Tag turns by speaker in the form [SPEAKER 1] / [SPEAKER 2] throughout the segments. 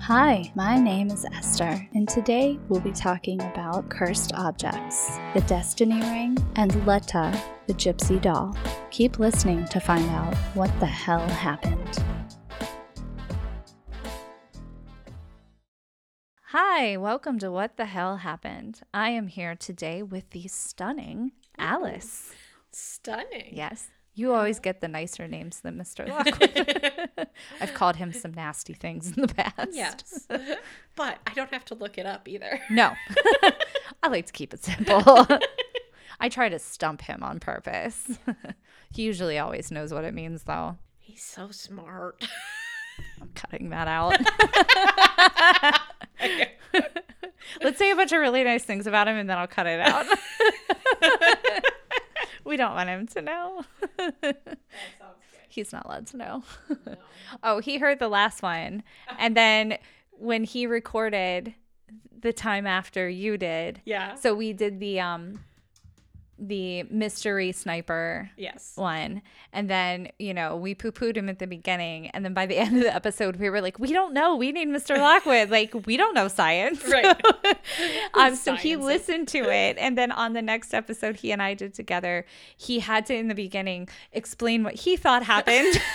[SPEAKER 1] Hi, my name is Esther, and today we'll be talking about cursed objects, the Destiny Ring, and Letta, the Gypsy Doll. Keep listening to find out what the hell happened. Hi, welcome to What the Hell Happened. I am here today with the stunning Alice.
[SPEAKER 2] Stunning.
[SPEAKER 1] Yes. You always get the nicer names than Mr. Lockwood. I've called him some nasty things in the past.
[SPEAKER 2] Yes. but I don't have to look it up either.
[SPEAKER 1] No. I like to keep it simple. I try to stump him on purpose. he usually always knows what it means, though.
[SPEAKER 2] He's so smart.
[SPEAKER 1] I'm cutting that out. Let's say a bunch of really nice things about him and then I'll cut it out. we don't want him to know. He's not allowed to know. oh, he heard the last one. And then when he recorded the time after you did,
[SPEAKER 2] Yeah.
[SPEAKER 1] so we did the um the mystery sniper
[SPEAKER 2] yes.
[SPEAKER 1] one. And then, you know, we poo pooed him at the beginning. And then by the end of the episode, we were like, we don't know. We need Mr. Lockwood. Like, we don't know science.
[SPEAKER 2] Right.
[SPEAKER 1] um, so he
[SPEAKER 2] Science.
[SPEAKER 1] listened to it. And then on the next episode, he and I did together, he had to, in the beginning, explain what he thought happened.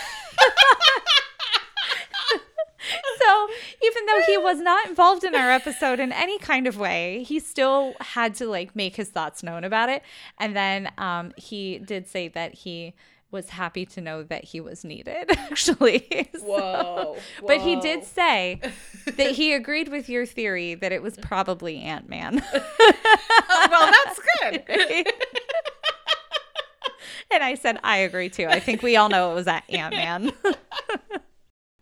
[SPEAKER 1] So, even though he was not involved in our episode in any kind of way, he still had to like make his thoughts known about it. And then um, he did say that he was happy to know that he was needed, actually. So-
[SPEAKER 2] Whoa.
[SPEAKER 1] But he did
[SPEAKER 2] whoa.
[SPEAKER 1] say that he agreed with your theory that it was probably Ant Man.
[SPEAKER 2] Oh, well, that's good.
[SPEAKER 1] and I said, I agree too. I think we all know it was that Ant Man.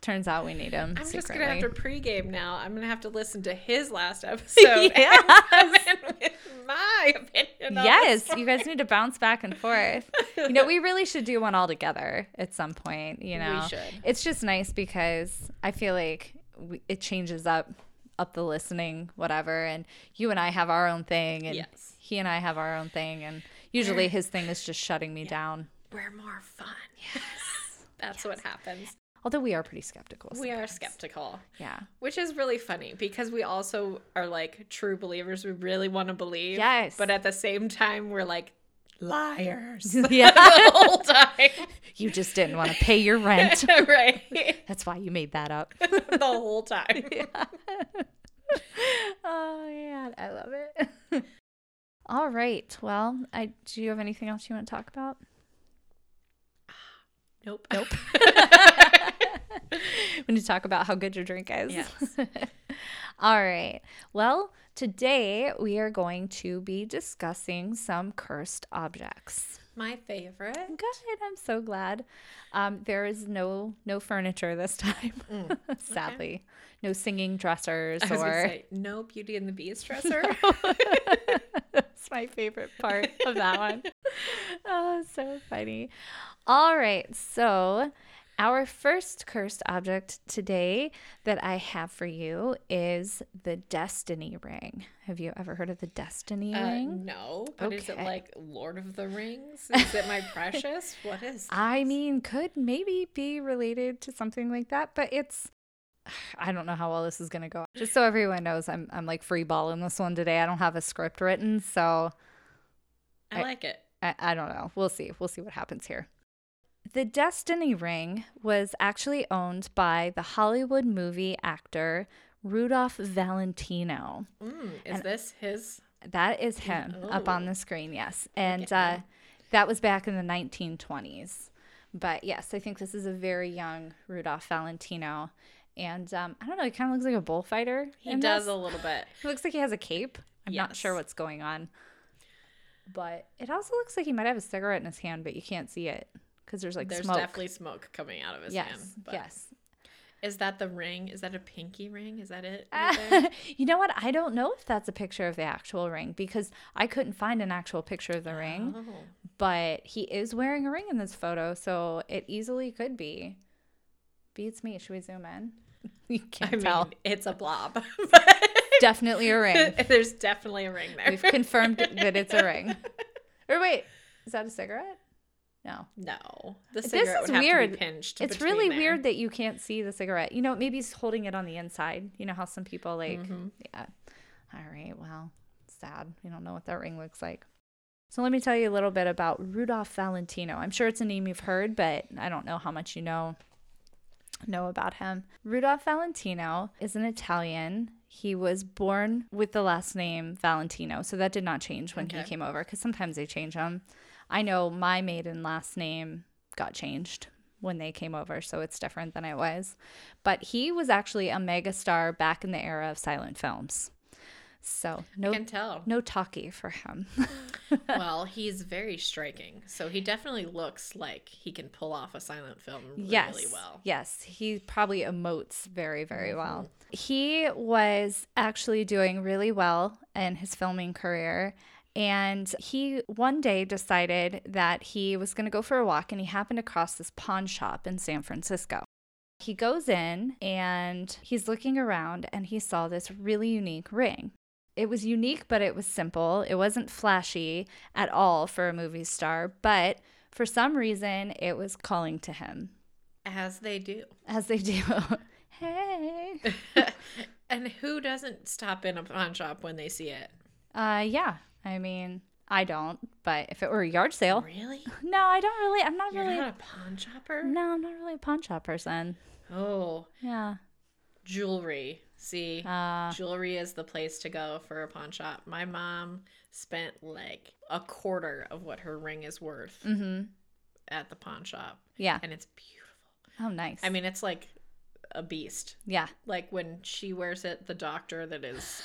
[SPEAKER 1] Turns out we need him.
[SPEAKER 2] I'm just going
[SPEAKER 1] secretly.
[SPEAKER 2] to have to pregame now. I'm going to have to listen to his last episode.
[SPEAKER 1] Yes.
[SPEAKER 2] And come in with my opinion. on
[SPEAKER 1] Yes,
[SPEAKER 2] this
[SPEAKER 1] you guys need to bounce back and forth. You know, we really should do one all together at some point. You
[SPEAKER 2] We
[SPEAKER 1] know,
[SPEAKER 2] should.
[SPEAKER 1] It's just nice because I feel like we, it changes up, up the listening, whatever. And you and I have our own thing, and
[SPEAKER 2] Yes.
[SPEAKER 1] he and I have our own thing. And usually his thing is just shutting me down.
[SPEAKER 2] one. We're more fun. Yes. that's what happens.
[SPEAKER 1] Although we are pretty skeptical.
[SPEAKER 2] We are
[SPEAKER 1] sometimes.
[SPEAKER 2] skeptical.
[SPEAKER 1] Yeah.
[SPEAKER 2] Which is really funny because we also are like true believers. We really want to believe.
[SPEAKER 1] Yes.
[SPEAKER 2] But at the same time, we're like liars
[SPEAKER 1] yeah.
[SPEAKER 2] the whole time.
[SPEAKER 1] You just didn't want to pay your rent.
[SPEAKER 2] right.
[SPEAKER 1] That's why you made that up.
[SPEAKER 2] the whole time.
[SPEAKER 1] oh yeah, I love it. All right. Well, I do you have anything else you want to talk about?
[SPEAKER 2] Nope. Nope.
[SPEAKER 1] When you talk about how good your drink is.
[SPEAKER 2] Yes.
[SPEAKER 1] All right. Well, today we are going to be discussing some cursed objects.
[SPEAKER 2] My favorite.
[SPEAKER 1] Good. I'm so glad. Um, there is no no furniture this time, sadly. No singing dressers
[SPEAKER 2] Mm, I was gonna
[SPEAKER 1] or
[SPEAKER 2] say, no Beauty and the Beast dresser.
[SPEAKER 1] That's my favorite part of that one. oh, so funny. All right. So, our first cursed object today that I have for you is the Destiny Ring. Have you ever heard of the Destiny
[SPEAKER 2] Uh,
[SPEAKER 1] Ring?
[SPEAKER 2] no. But is it
[SPEAKER 1] Okay.
[SPEAKER 2] like Lord of the Rings? Is it my precious? What is
[SPEAKER 1] I mean, could maybe be related to something like that, but it's. I don't know how well this is gonna go. Just so everyone knows, I'm I'm like free balling this one today. I don't have a script written, so
[SPEAKER 2] I like it.
[SPEAKER 1] I, I don't know. We'll see. We'll see what happens here. The Destiny Ring was actually owned by the Hollywood movie actor Rudolph Valentino.
[SPEAKER 2] Mm, is this his?
[SPEAKER 1] That is him up on
[SPEAKER 2] Oh.
[SPEAKER 1] the screen, yes. And uh,
[SPEAKER 2] at
[SPEAKER 1] that was back in the 1920s. But yes, I think this is a very young Rudolph Valentino. And um, I don't know, he kind of looks like a bullfighter.
[SPEAKER 2] He
[SPEAKER 1] in
[SPEAKER 2] does
[SPEAKER 1] this.
[SPEAKER 2] a little bit.
[SPEAKER 1] It looks like he has a cape. I'm not sure
[SPEAKER 2] Yes.
[SPEAKER 1] what's going on. But it also looks like he might have a cigarette in his hand, but you can't see it because there's like
[SPEAKER 2] There's
[SPEAKER 1] smoke.
[SPEAKER 2] definitely smoke coming out of his
[SPEAKER 1] yes,
[SPEAKER 2] hand. But
[SPEAKER 1] yes.
[SPEAKER 2] Is that the ring? Is that a pinky ring? Is that it? right there?
[SPEAKER 1] you know what? I don't know if that's a picture of the actual ring because I couldn't find an actual picture of the ring.
[SPEAKER 2] Oh.
[SPEAKER 1] But he is wearing a ring in this photo, so it easily could be. Beats me. Should we zoom in? You
[SPEAKER 2] I
[SPEAKER 1] can't
[SPEAKER 2] mean,
[SPEAKER 1] tell.
[SPEAKER 2] it's a blob.
[SPEAKER 1] Definitely a ring.
[SPEAKER 2] There's definitely a ring there.
[SPEAKER 1] We've confirmed that it's a ring. Or wait, is that a cigarette? No.
[SPEAKER 2] No, the
[SPEAKER 1] This
[SPEAKER 2] cigarette
[SPEAKER 1] is
[SPEAKER 2] would have to
[SPEAKER 1] weird.
[SPEAKER 2] be pinched.
[SPEAKER 1] It's
[SPEAKER 2] between
[SPEAKER 1] really
[SPEAKER 2] there.
[SPEAKER 1] weird that you can't see the cigarette. You know, maybe he's holding it on the inside. You know how some people like,
[SPEAKER 2] Mhm.
[SPEAKER 1] yeah. All right, well, sad. We don't know what that ring looks like. So let me tell you a little bit about Rudolph Valentino. I'm sure it's a name you've heard, but I don't know how much you know know about him. Rudolph Valentino is an Italian. He was born with the last name Valentino, so that did not change when he
[SPEAKER 2] Okay.
[SPEAKER 1] came over because sometimes they change them. I know my maiden last name got changed when they came over, so it's different than it was. But he was actually a megastar back in the era of silent films. So no
[SPEAKER 2] I can tell.
[SPEAKER 1] no talkie for him.
[SPEAKER 2] well, he's very striking, so he definitely looks like he can pull off a silent film really
[SPEAKER 1] yes.
[SPEAKER 2] well. Mm-hmm.
[SPEAKER 1] Yes, he probably emotes very, very well. He was actually doing really well in his filming career. And he one day decided that he was going to go for a walk and he happened across this pawn shop in San Francisco. He goes in and he's looking around and he saw this really unique ring. It was unique, but it was simple. It wasn't flashy at all for a movie star, but for some reason, it was calling to him
[SPEAKER 2] As they do.
[SPEAKER 1] as they do. hey.
[SPEAKER 2] and who doesn't stop in a pawn shop when they see it?
[SPEAKER 1] Uh, yeah. I mean, I don't, but if it were a yard sale,
[SPEAKER 2] Really?
[SPEAKER 1] no, I don't really. I'm not
[SPEAKER 2] You're
[SPEAKER 1] really.
[SPEAKER 2] not a pawn shopper?
[SPEAKER 1] No, I'm not really a pawn shop person.
[SPEAKER 2] Oh,
[SPEAKER 1] Yeah.
[SPEAKER 2] jewelry. See,
[SPEAKER 1] Uh,
[SPEAKER 2] jewelry is the place to go for a pawn shop. My mom spent like a quarter of what her ring is worth
[SPEAKER 1] mm-hmm.
[SPEAKER 2] at the pawn shop,
[SPEAKER 1] Yeah.
[SPEAKER 2] and it's beautiful.
[SPEAKER 1] Oh, nice.
[SPEAKER 2] I mean, it's like a beast.
[SPEAKER 1] yeah.
[SPEAKER 2] Like when she wears it, the doctor that is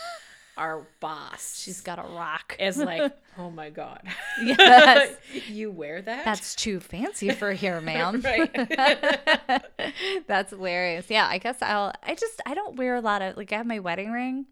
[SPEAKER 2] our boss
[SPEAKER 1] She's got a rock.
[SPEAKER 2] is like, "Oh my god,
[SPEAKER 1] Yes.
[SPEAKER 2] you wear that?
[SPEAKER 1] That's too fancy for here, ma'am.
[SPEAKER 2] Right.
[SPEAKER 1] That's hilarious. Yeah, I guess I'll. I just I don't wear a lot of like I have my wedding ring,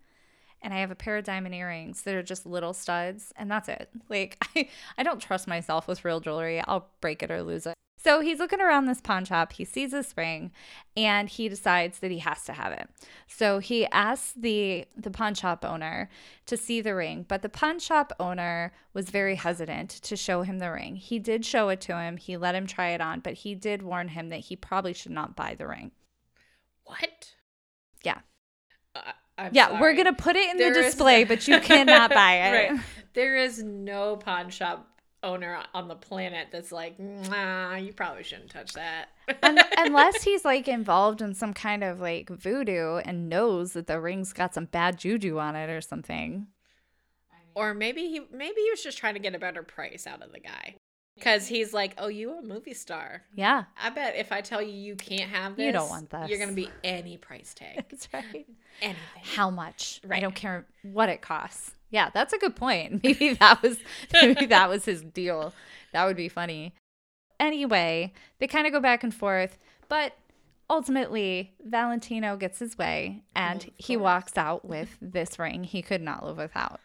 [SPEAKER 1] and I have a pair of diamond earrings that are just little studs, and that's it. Like I I don't trust myself with real jewelry. I'll break it or lose it. So he's looking around this pawn shop. He sees this ring, and he decides that he has to have it. So he asks the the pawn shop owner to see the ring, but the pawn shop owner was very hesitant to show him the ring. He did show it to him. He let him try it on, but he did warn him that he probably should not buy the ring.
[SPEAKER 2] what?
[SPEAKER 1] Yeah.
[SPEAKER 2] I- I'm
[SPEAKER 1] yeah, we're
[SPEAKER 2] sorry.
[SPEAKER 1] gonna put it in the
[SPEAKER 2] There is-
[SPEAKER 1] display, but you cannot buy it.
[SPEAKER 2] Right. There is no pawn shop owner on the planet that's like, nah, you probably shouldn't touch that.
[SPEAKER 1] Un- Unless he's like involved in some kind of like voodoo and knows that the ring's got some bad juju on it or something.
[SPEAKER 2] or maybe he maybe he was just trying to get a better price out of the guy. Cuz he's like, "Oh, you a movie star.
[SPEAKER 1] Yeah,
[SPEAKER 2] I bet if I tell you you can't have this,
[SPEAKER 1] You don't want this.
[SPEAKER 2] You're going to be any price tag.
[SPEAKER 1] that's right.
[SPEAKER 2] Anything.
[SPEAKER 1] how much i
[SPEAKER 2] Right.
[SPEAKER 1] don't care what it costs yeah that's a good point maybe that was maybe that was his deal that would be funny anyway they kind of go back and forth but ultimately valentino gets his way and
[SPEAKER 2] Well, of
[SPEAKER 1] he
[SPEAKER 2] course.
[SPEAKER 1] walks out with this ring he could not live without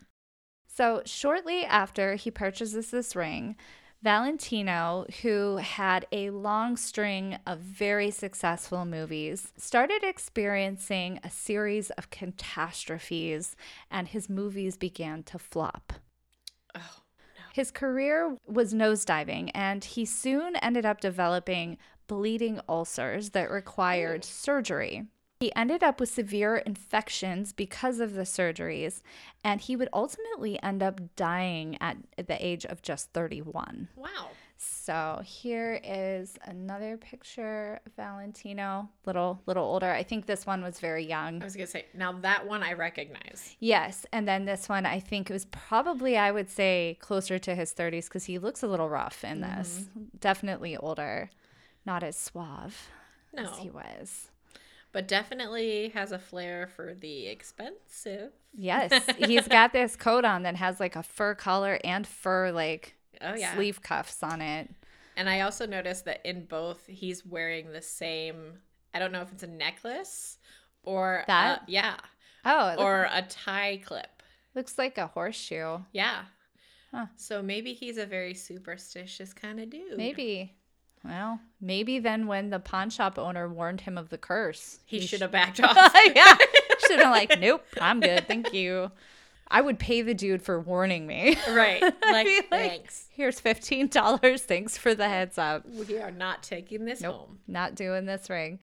[SPEAKER 1] so shortly after he purchases this ring Valentino, who had a long string of very successful movies, started experiencing a series of catastrophes and his movies began to flop.
[SPEAKER 2] Oh.
[SPEAKER 1] His career was nosediving and he soon ended up developing bleeding ulcers that required surgery. He ended up with severe infections because of the surgeries, and he would ultimately end up dying at the age of just 31.
[SPEAKER 2] Wow.
[SPEAKER 1] So here is another picture of Valentino, little little older. I think this one was very
[SPEAKER 2] I
[SPEAKER 1] young.
[SPEAKER 2] was going to say, now that one I recognize.
[SPEAKER 1] Yes, and then this one I think it was probably I would say closer to his 30s cuz he looks a little rough in this.
[SPEAKER 2] Mm-hmm.
[SPEAKER 1] Definitely older, not as suave as he
[SPEAKER 2] No.
[SPEAKER 1] was.
[SPEAKER 2] But definitely has a flair for the expensive.
[SPEAKER 1] Yes, he's got this coat on that has like a fur collar and fur like
[SPEAKER 2] Oh yeah.
[SPEAKER 1] sleeve cuffs on it.
[SPEAKER 2] And I also noticed that in both, he's wearing the same. I don't know if it's a necklace or
[SPEAKER 1] That?
[SPEAKER 2] a, yeah,
[SPEAKER 1] Oh, it
[SPEAKER 2] or a tie clip.
[SPEAKER 1] looks like a horseshoe.
[SPEAKER 2] Yeah.
[SPEAKER 1] Huh.
[SPEAKER 2] So maybe he's a very superstitious kind of dude.
[SPEAKER 1] Maybe. Well, maybe then when the pawn shop owner warned him of the curse,
[SPEAKER 2] he, should
[SPEAKER 1] sh-
[SPEAKER 2] have backed off.
[SPEAKER 1] yeah, should have like, nope, I'm good, thank you. I would pay the dude for warning me.
[SPEAKER 2] Right.
[SPEAKER 1] I'd
[SPEAKER 2] Like,
[SPEAKER 1] be like,
[SPEAKER 2] thanks.
[SPEAKER 1] Here's fifteen dollars. Thanks for the heads up.
[SPEAKER 2] We are not taking this
[SPEAKER 1] Nope.
[SPEAKER 2] home.
[SPEAKER 1] Not doing this ring.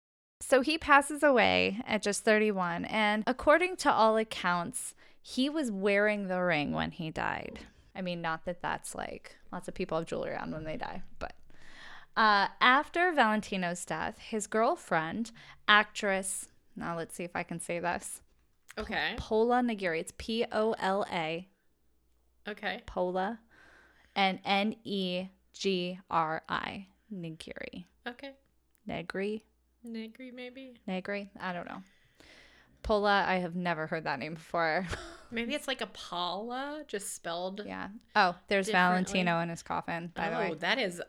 [SPEAKER 1] So he passes away at just 31, and according to all accounts, he was wearing the ring when he died. I mean, not that that's like lots of people have jewelry on when they die, but uh, after Valentino's death, his girlfriend, actress, now let's see if I can say this,
[SPEAKER 2] Okay.
[SPEAKER 1] Pola Nagiri. It's P O L A,
[SPEAKER 2] Okay.
[SPEAKER 1] Pola, and N E G R I, Nagiri.
[SPEAKER 2] Okay.
[SPEAKER 1] Negri,
[SPEAKER 2] Negri, maybe.
[SPEAKER 1] Negri? I don't know. Pola, I have never heard that name before.
[SPEAKER 2] Maybe it's like Apollo, just spelled.
[SPEAKER 1] yeah. Oh, there's
[SPEAKER 2] Differently.
[SPEAKER 1] Valentino in his coffin, by the
[SPEAKER 2] oh,
[SPEAKER 1] way.
[SPEAKER 2] that is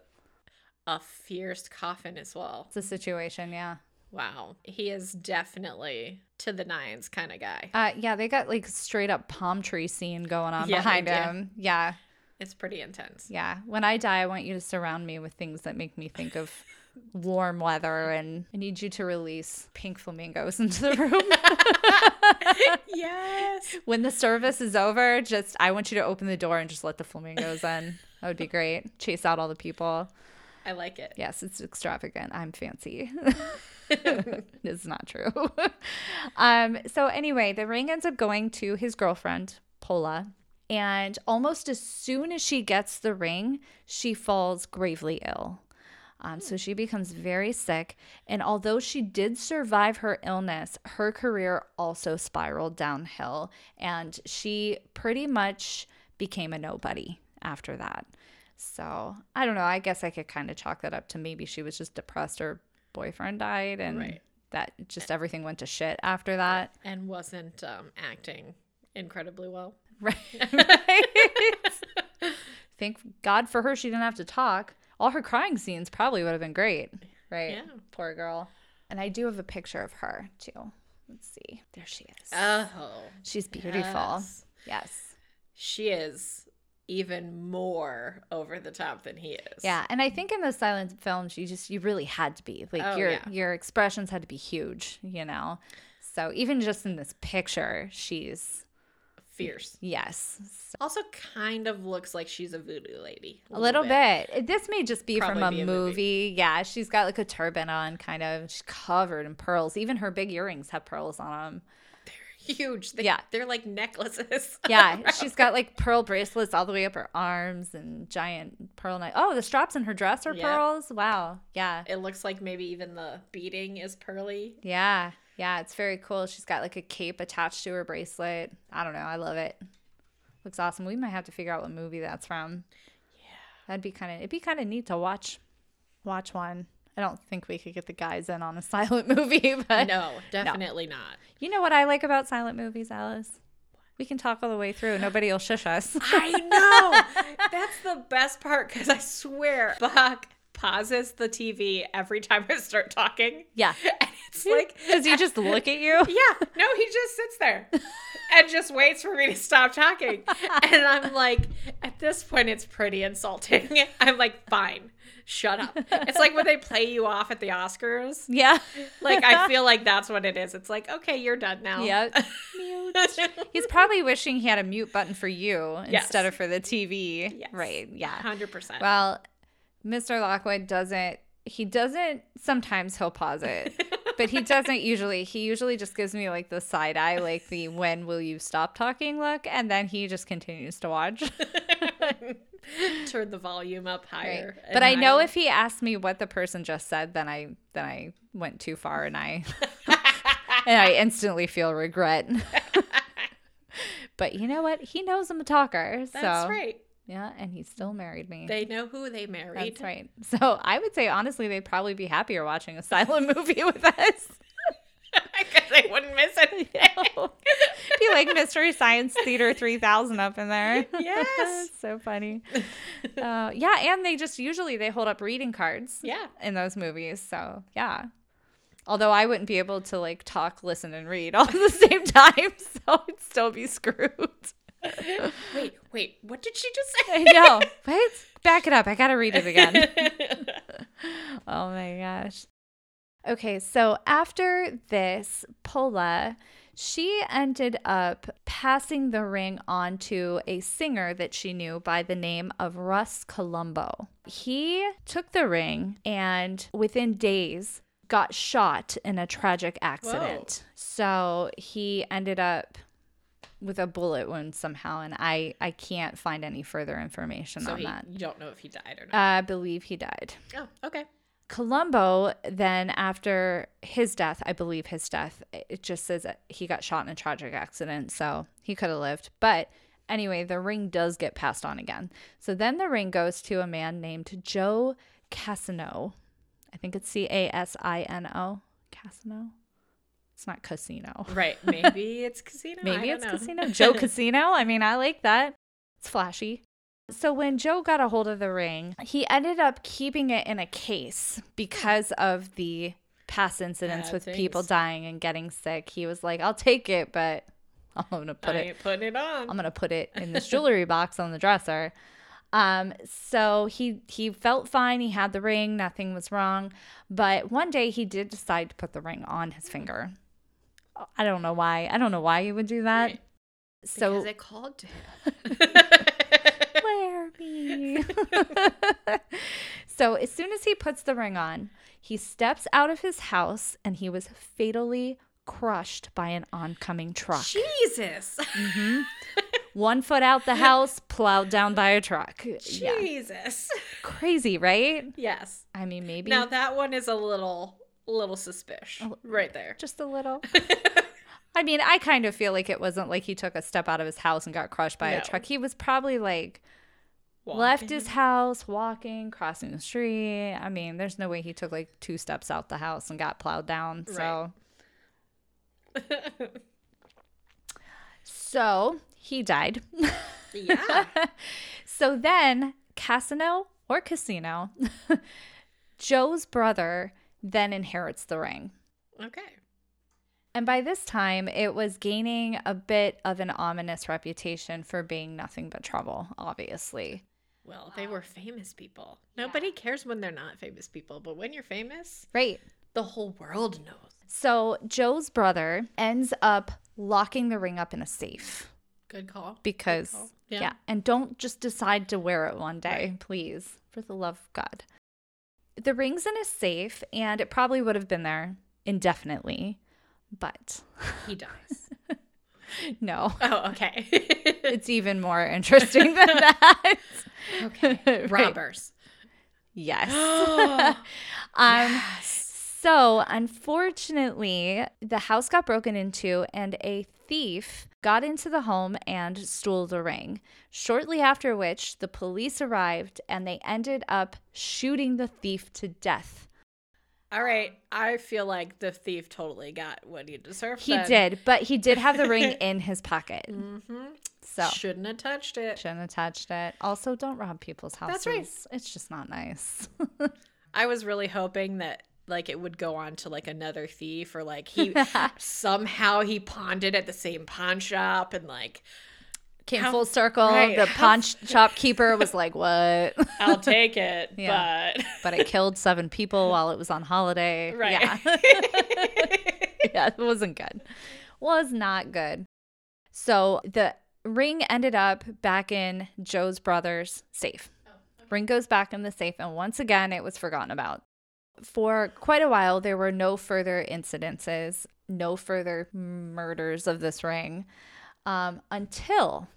[SPEAKER 2] a fierce coffin as well.
[SPEAKER 1] It's a situation, yeah.
[SPEAKER 2] Wow. He is definitely to the nines kind of guy.
[SPEAKER 1] Uh, yeah, they got like straight up palm tree scene going on
[SPEAKER 2] Yeah, they
[SPEAKER 1] behind
[SPEAKER 2] do.
[SPEAKER 1] him. Yeah,
[SPEAKER 2] It's pretty intense.
[SPEAKER 1] yeah. When I die, I want you to surround me with things that make me think of warm weather, and I need you to release pink flamingos into the room.
[SPEAKER 2] yes.
[SPEAKER 1] when the service is over, just I want you to open the door and just let the flamingos in. That would be great. Chase out all the people.
[SPEAKER 2] I like it.
[SPEAKER 1] Yes, it's extravagant. I'm fancy. it's not true. um, so anyway, the ring ends up going to his girlfriend, Pola, and almost as soon as she gets the ring, she falls gravely ill. Um, so she becomes very sick, and although she did survive her illness, her career also spiraled downhill, and she pretty much became a nobody after that. So I don't know. I guess I could kind of chalk that up to maybe she was just depressed. Her boyfriend died, and
[SPEAKER 2] Right.
[SPEAKER 1] that just everything went to shit after that.
[SPEAKER 2] And wasn't um, acting incredibly well.
[SPEAKER 1] Right. right. Thank God for her. She didn't have to talk. All her crying scenes probably would have been great. Right.
[SPEAKER 2] Yeah.
[SPEAKER 1] Poor girl. And I do have a picture of her too. Let's see. There she is.
[SPEAKER 2] Oh.
[SPEAKER 1] She's beautiful. Yes.
[SPEAKER 2] yes. She is even more over the top than he is.
[SPEAKER 1] Yeah, and I think in the silent films, you just you really had to be like
[SPEAKER 2] Oh,
[SPEAKER 1] your
[SPEAKER 2] yeah.
[SPEAKER 1] your expressions had to be huge, you know. So even just in this picture, she's
[SPEAKER 2] Fierce.
[SPEAKER 1] yes,
[SPEAKER 2] Also, kind of looks like she's a voodoo lady.
[SPEAKER 1] A little bit. This may just be from a,
[SPEAKER 2] Probably be a
[SPEAKER 1] movie.
[SPEAKER 2] movie.
[SPEAKER 1] Yeah, she's got like a turban on, kind of. She's covered in pearls. Even her big earrings have pearls on them.
[SPEAKER 2] Huge. They,
[SPEAKER 1] Yeah.
[SPEAKER 2] They're like necklaces.
[SPEAKER 1] Yeah, she's got like pearl bracelets all the way up her arms and giant pearl knife. Oh, the straps in her dress are
[SPEAKER 2] Yeah.
[SPEAKER 1] pearls. Wow. Yeah.
[SPEAKER 2] It looks like maybe even the beading is pearly.
[SPEAKER 1] Yeah. Yeah. It's very cool. She's got like a cape attached to her bracelet. I don't know. I love it. Looks awesome. We might have to figure out what movie that's from. Yeah. That'd be kind of, it'd be kind of neat to watch, watch one. I don't think we could get the guys in on a silent movie, but
[SPEAKER 2] No, definitely not.
[SPEAKER 1] you know what I like about silent movies, Alice? We can talk all the way through. Nobody will shush us.
[SPEAKER 2] I know. That's the best part because I swear Buck pauses the TV every time I start talking.
[SPEAKER 1] Yeah.
[SPEAKER 2] And it's like,
[SPEAKER 1] Does he just look at you?
[SPEAKER 2] yeah, no, he just sits there and just waits for me to stop talking. And I'm like, at this point, it's pretty insulting. I'm like, fine, shut up. It's like when they play you off at the Oscars.
[SPEAKER 1] Yeah.
[SPEAKER 2] Like, I feel like that's what it is. It's like, okay, you're done now.
[SPEAKER 1] Yep. He's probably wishing he had a mute button for you
[SPEAKER 2] Yes.
[SPEAKER 1] instead of for the TV.
[SPEAKER 2] Yes.
[SPEAKER 1] Right. Yeah.
[SPEAKER 2] 100%.
[SPEAKER 1] Well, Mr. Lockwood doesn't. He doesn't. Sometimes he'll pause it, but he doesn't usually. He usually just gives me like the side eye, like the "When will you stop talking?" look, and then he just continues to watch.
[SPEAKER 2] Turn the volume up
[SPEAKER 1] Right.
[SPEAKER 2] higher.
[SPEAKER 1] But I know
[SPEAKER 2] if.
[SPEAKER 1] if he asked me what the person just said, then I then I went too far, and I and I instantly feel regret. but you know what? He knows I'm a talker,
[SPEAKER 2] That's
[SPEAKER 1] so
[SPEAKER 2] right.
[SPEAKER 1] yeah, and he still married me.
[SPEAKER 2] They know who they married.
[SPEAKER 1] That's right. So I would say honestly, they'd probably be happier watching a silent movie with us.
[SPEAKER 2] Because they wouldn't miss anything.
[SPEAKER 1] be like Mystery Science Theater three thousand up in there.
[SPEAKER 2] Yes.
[SPEAKER 1] so funny. Uh, yeah, and they just usually they hold up reading cards
[SPEAKER 2] yeah.
[SPEAKER 1] in those movies. So yeah. Although I wouldn't be able to like talk, listen, and read all at the same time, so I'd still be screwed.
[SPEAKER 2] Wait, wait. What did she just
[SPEAKER 1] I
[SPEAKER 2] say?
[SPEAKER 1] know. Wait, back it up. I gotta read it again. Oh my gosh. Okay, so after this, Pola, She ended up passing the ring on to a singer that she knew by the name of Russ Colombo. He took the ring and within days got shot in a tragic accident. So he ended up with a bullet wound somehow and I I can't find any further information
[SPEAKER 2] So
[SPEAKER 1] on
[SPEAKER 2] he,
[SPEAKER 1] that.
[SPEAKER 2] you don't know if he died or not.
[SPEAKER 1] I believe he died.
[SPEAKER 2] oh, okay.
[SPEAKER 1] Columbo, then after his death, I believe his death, it just says that he got shot in a tragic accident, so he could have lived. But anyway, the ring does get passed on again. So then the ring goes to a man named Joe Casino. I think it's C A S I N O. Casino? It's not casino.
[SPEAKER 2] Right. Maybe it's casino. I
[SPEAKER 1] Maybe
[SPEAKER 2] don't
[SPEAKER 1] it's
[SPEAKER 2] know.
[SPEAKER 1] Casino. Joe Casino. I mean, I like that. It's flashy. So when Joe got a hold of the ring, he ended up keeping it in a case because of the past incidents
[SPEAKER 2] Bad
[SPEAKER 1] with people
[SPEAKER 2] things.
[SPEAKER 1] dying and getting sick. He was like, "I'll take it, but I'm gonna put
[SPEAKER 2] I
[SPEAKER 1] it.
[SPEAKER 2] ain't putting it on.
[SPEAKER 1] I'm gonna put it in this jewelry box on the dresser." Um, so he he felt fine. He had the ring. Nothing was wrong. But one day he did decide to put the ring on his finger. I don't know why. I don't know why he would do that.
[SPEAKER 2] Right.
[SPEAKER 1] So
[SPEAKER 2] because I called to him.
[SPEAKER 1] Larry. so as soon as he puts the ring on, he steps out of his house and he was fatally crushed by an oncoming truck.
[SPEAKER 2] Jesus.
[SPEAKER 1] Hmm? One foot out the house, plowed down by a truck. Yeah.
[SPEAKER 2] Jesus.
[SPEAKER 1] Crazy, right?
[SPEAKER 2] Yes.
[SPEAKER 1] I mean, maybe Oh.
[SPEAKER 2] Now that one is a little little suspicious right there.
[SPEAKER 1] just a little. I mean, I kind of feel like it wasn't like he took a step out of his house and got crushed by
[SPEAKER 2] No.
[SPEAKER 1] a truck. He was probably like left his house, walking, crossing the street. I mean, there's no way he took like two steps out the house and got plowed down. So,
[SPEAKER 2] Right.
[SPEAKER 1] so he died.
[SPEAKER 2] yeah.
[SPEAKER 1] so then, Casino or Casino, Joe's brother then inherits the ring.
[SPEAKER 2] Okay.
[SPEAKER 1] And by this time, it was gaining a bit of an ominous reputation for being nothing but trouble, obviously.
[SPEAKER 2] Well, they were famous people. Nobody cares when they're not famous people, but when you're famous,
[SPEAKER 1] Right.
[SPEAKER 2] the whole world knows.
[SPEAKER 1] So Joe's brother ends up locking the ring up in a safe.
[SPEAKER 2] Good call.
[SPEAKER 1] because
[SPEAKER 2] call.
[SPEAKER 1] yeah.
[SPEAKER 2] Oh, Yeah.
[SPEAKER 1] and don't just decide to wear it one day please for the love of god the ring's in a safe and it probably would have been there indefinitely but
[SPEAKER 2] He dies.
[SPEAKER 1] no
[SPEAKER 2] oh, okay.
[SPEAKER 1] it's even more interesting than that
[SPEAKER 2] okay.
[SPEAKER 1] Right.
[SPEAKER 2] Robbers.
[SPEAKER 1] yes um
[SPEAKER 2] yes.
[SPEAKER 1] so unfortunately the house got broken into and a thief got into the home and stole the ring shortly after which the police arrived and they ended up shooting the thief to death
[SPEAKER 2] All right. I feel like the thief totally got what he deserved.
[SPEAKER 1] He did, but he did have the ring in his pocket.
[SPEAKER 2] Mm-hmm.
[SPEAKER 1] So
[SPEAKER 2] Shouldn't have touched it.
[SPEAKER 1] shouldn't have touched it. Also, don't rob people's houses.
[SPEAKER 2] That's right.
[SPEAKER 1] It's just not nice.
[SPEAKER 2] I was really hoping that like it would go on to like another thief or like he somehow he pawned it at the same pawn shop and like
[SPEAKER 1] Came
[SPEAKER 2] How-
[SPEAKER 1] full circle.
[SPEAKER 2] right,
[SPEAKER 1] the
[SPEAKER 2] how-
[SPEAKER 1] pawn shop keeper was like, "What?"
[SPEAKER 2] I'll take it,
[SPEAKER 1] Yeah.
[SPEAKER 2] but
[SPEAKER 1] but it killed seven people while it was on holiday.
[SPEAKER 2] Right.
[SPEAKER 1] Yeah. yeah, it wasn't good. Was not good. So the ring ended up back in Joe's brother's safe. Ring goes back in the safe, and once again, it was forgotten about. For quite a while, there were no further incidences, no further murders of this ring um, until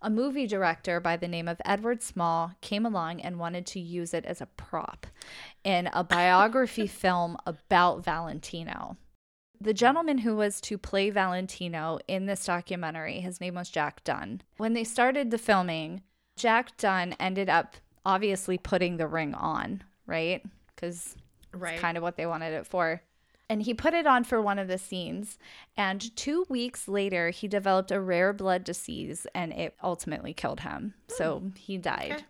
[SPEAKER 1] a movie director by the name of Edward Small came along and wanted to use it as a prop in a biography film about Valentino. The gentleman who was to play Valentino in this documentary, his name was Jack Dunn. When they started the filming, Jack Dunn ended up obviously putting the ring on, right? Because
[SPEAKER 2] right.
[SPEAKER 1] kind of what they wanted it for. And he put it on for one of the scenes. And two weeks later, he developed a rare blood disease and it ultimately killed him. So he died.
[SPEAKER 2] Hmm. okay.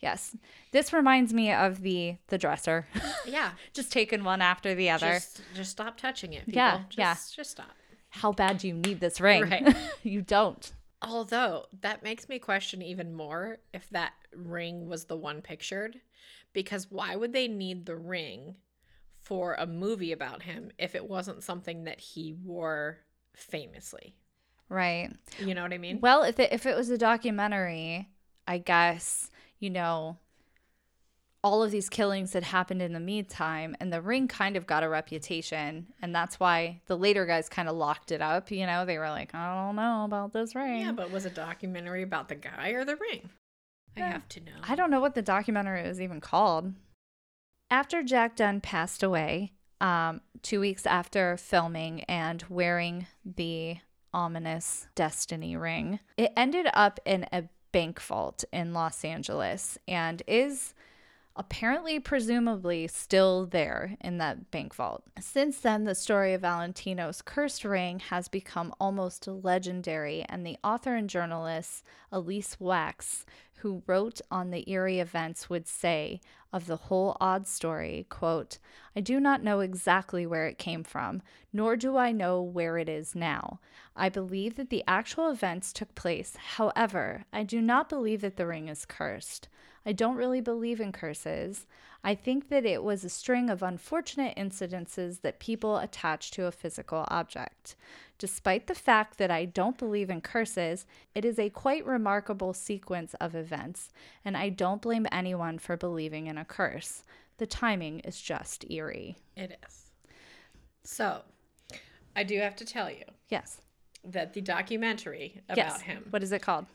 [SPEAKER 1] Yes. This reminds me of the the dresser.
[SPEAKER 2] yeah.
[SPEAKER 1] just taking one after the other.
[SPEAKER 2] Just, just stop touching it. People.
[SPEAKER 1] Yeah,
[SPEAKER 2] Just,
[SPEAKER 1] yeah.
[SPEAKER 2] Just stop.
[SPEAKER 1] How bad do you need this ring?
[SPEAKER 2] Right.
[SPEAKER 1] you don't.
[SPEAKER 2] Although that makes me question even more if that ring was the one pictured, because why would they need the ring for a movie about him if it wasn't something that he wore famously.
[SPEAKER 1] Right.
[SPEAKER 2] You know what I mean?
[SPEAKER 1] Well, if it, if it was a documentary, I guess, you know, all of these killings had happened in the meantime, and the ring kind of got a reputation. And that's why the later guys kind of locked it up. You know, they were like, I don't know about this ring.
[SPEAKER 2] Yeah, but was a documentary about the guy or the ring? I
[SPEAKER 1] Yeah.
[SPEAKER 2] have to know.
[SPEAKER 1] I don't know what the documentary was even called. After Jack Dunn passed away, um, two weeks after filming and wearing the ominous destiny ring, it ended up in a bank vault in Los Angeles and is apparently, presumably, still there in that bank vault. Since then, the story of Valentino's cursed ring has become almost legendary, and the author and journalist Elise Wax, who wrote on the eerie events, would say of the whole odd story, quote, I do not know exactly where it came from, nor do I know where it is now. I believe that the actual events took place. However, I do not believe that the ring is cursed. I don't really believe in curses. I think that it was a string of unfortunate incidences that people attach to a physical object. Despite the fact that I don't believe in curses, it is a quite remarkable sequence of events, and I don't blame anyone for believing in a curse. The timing is just eerie.
[SPEAKER 2] It is. So, I do have to tell you
[SPEAKER 1] Yes.
[SPEAKER 2] that the documentary about
[SPEAKER 1] yes.
[SPEAKER 2] him,
[SPEAKER 1] What is it called?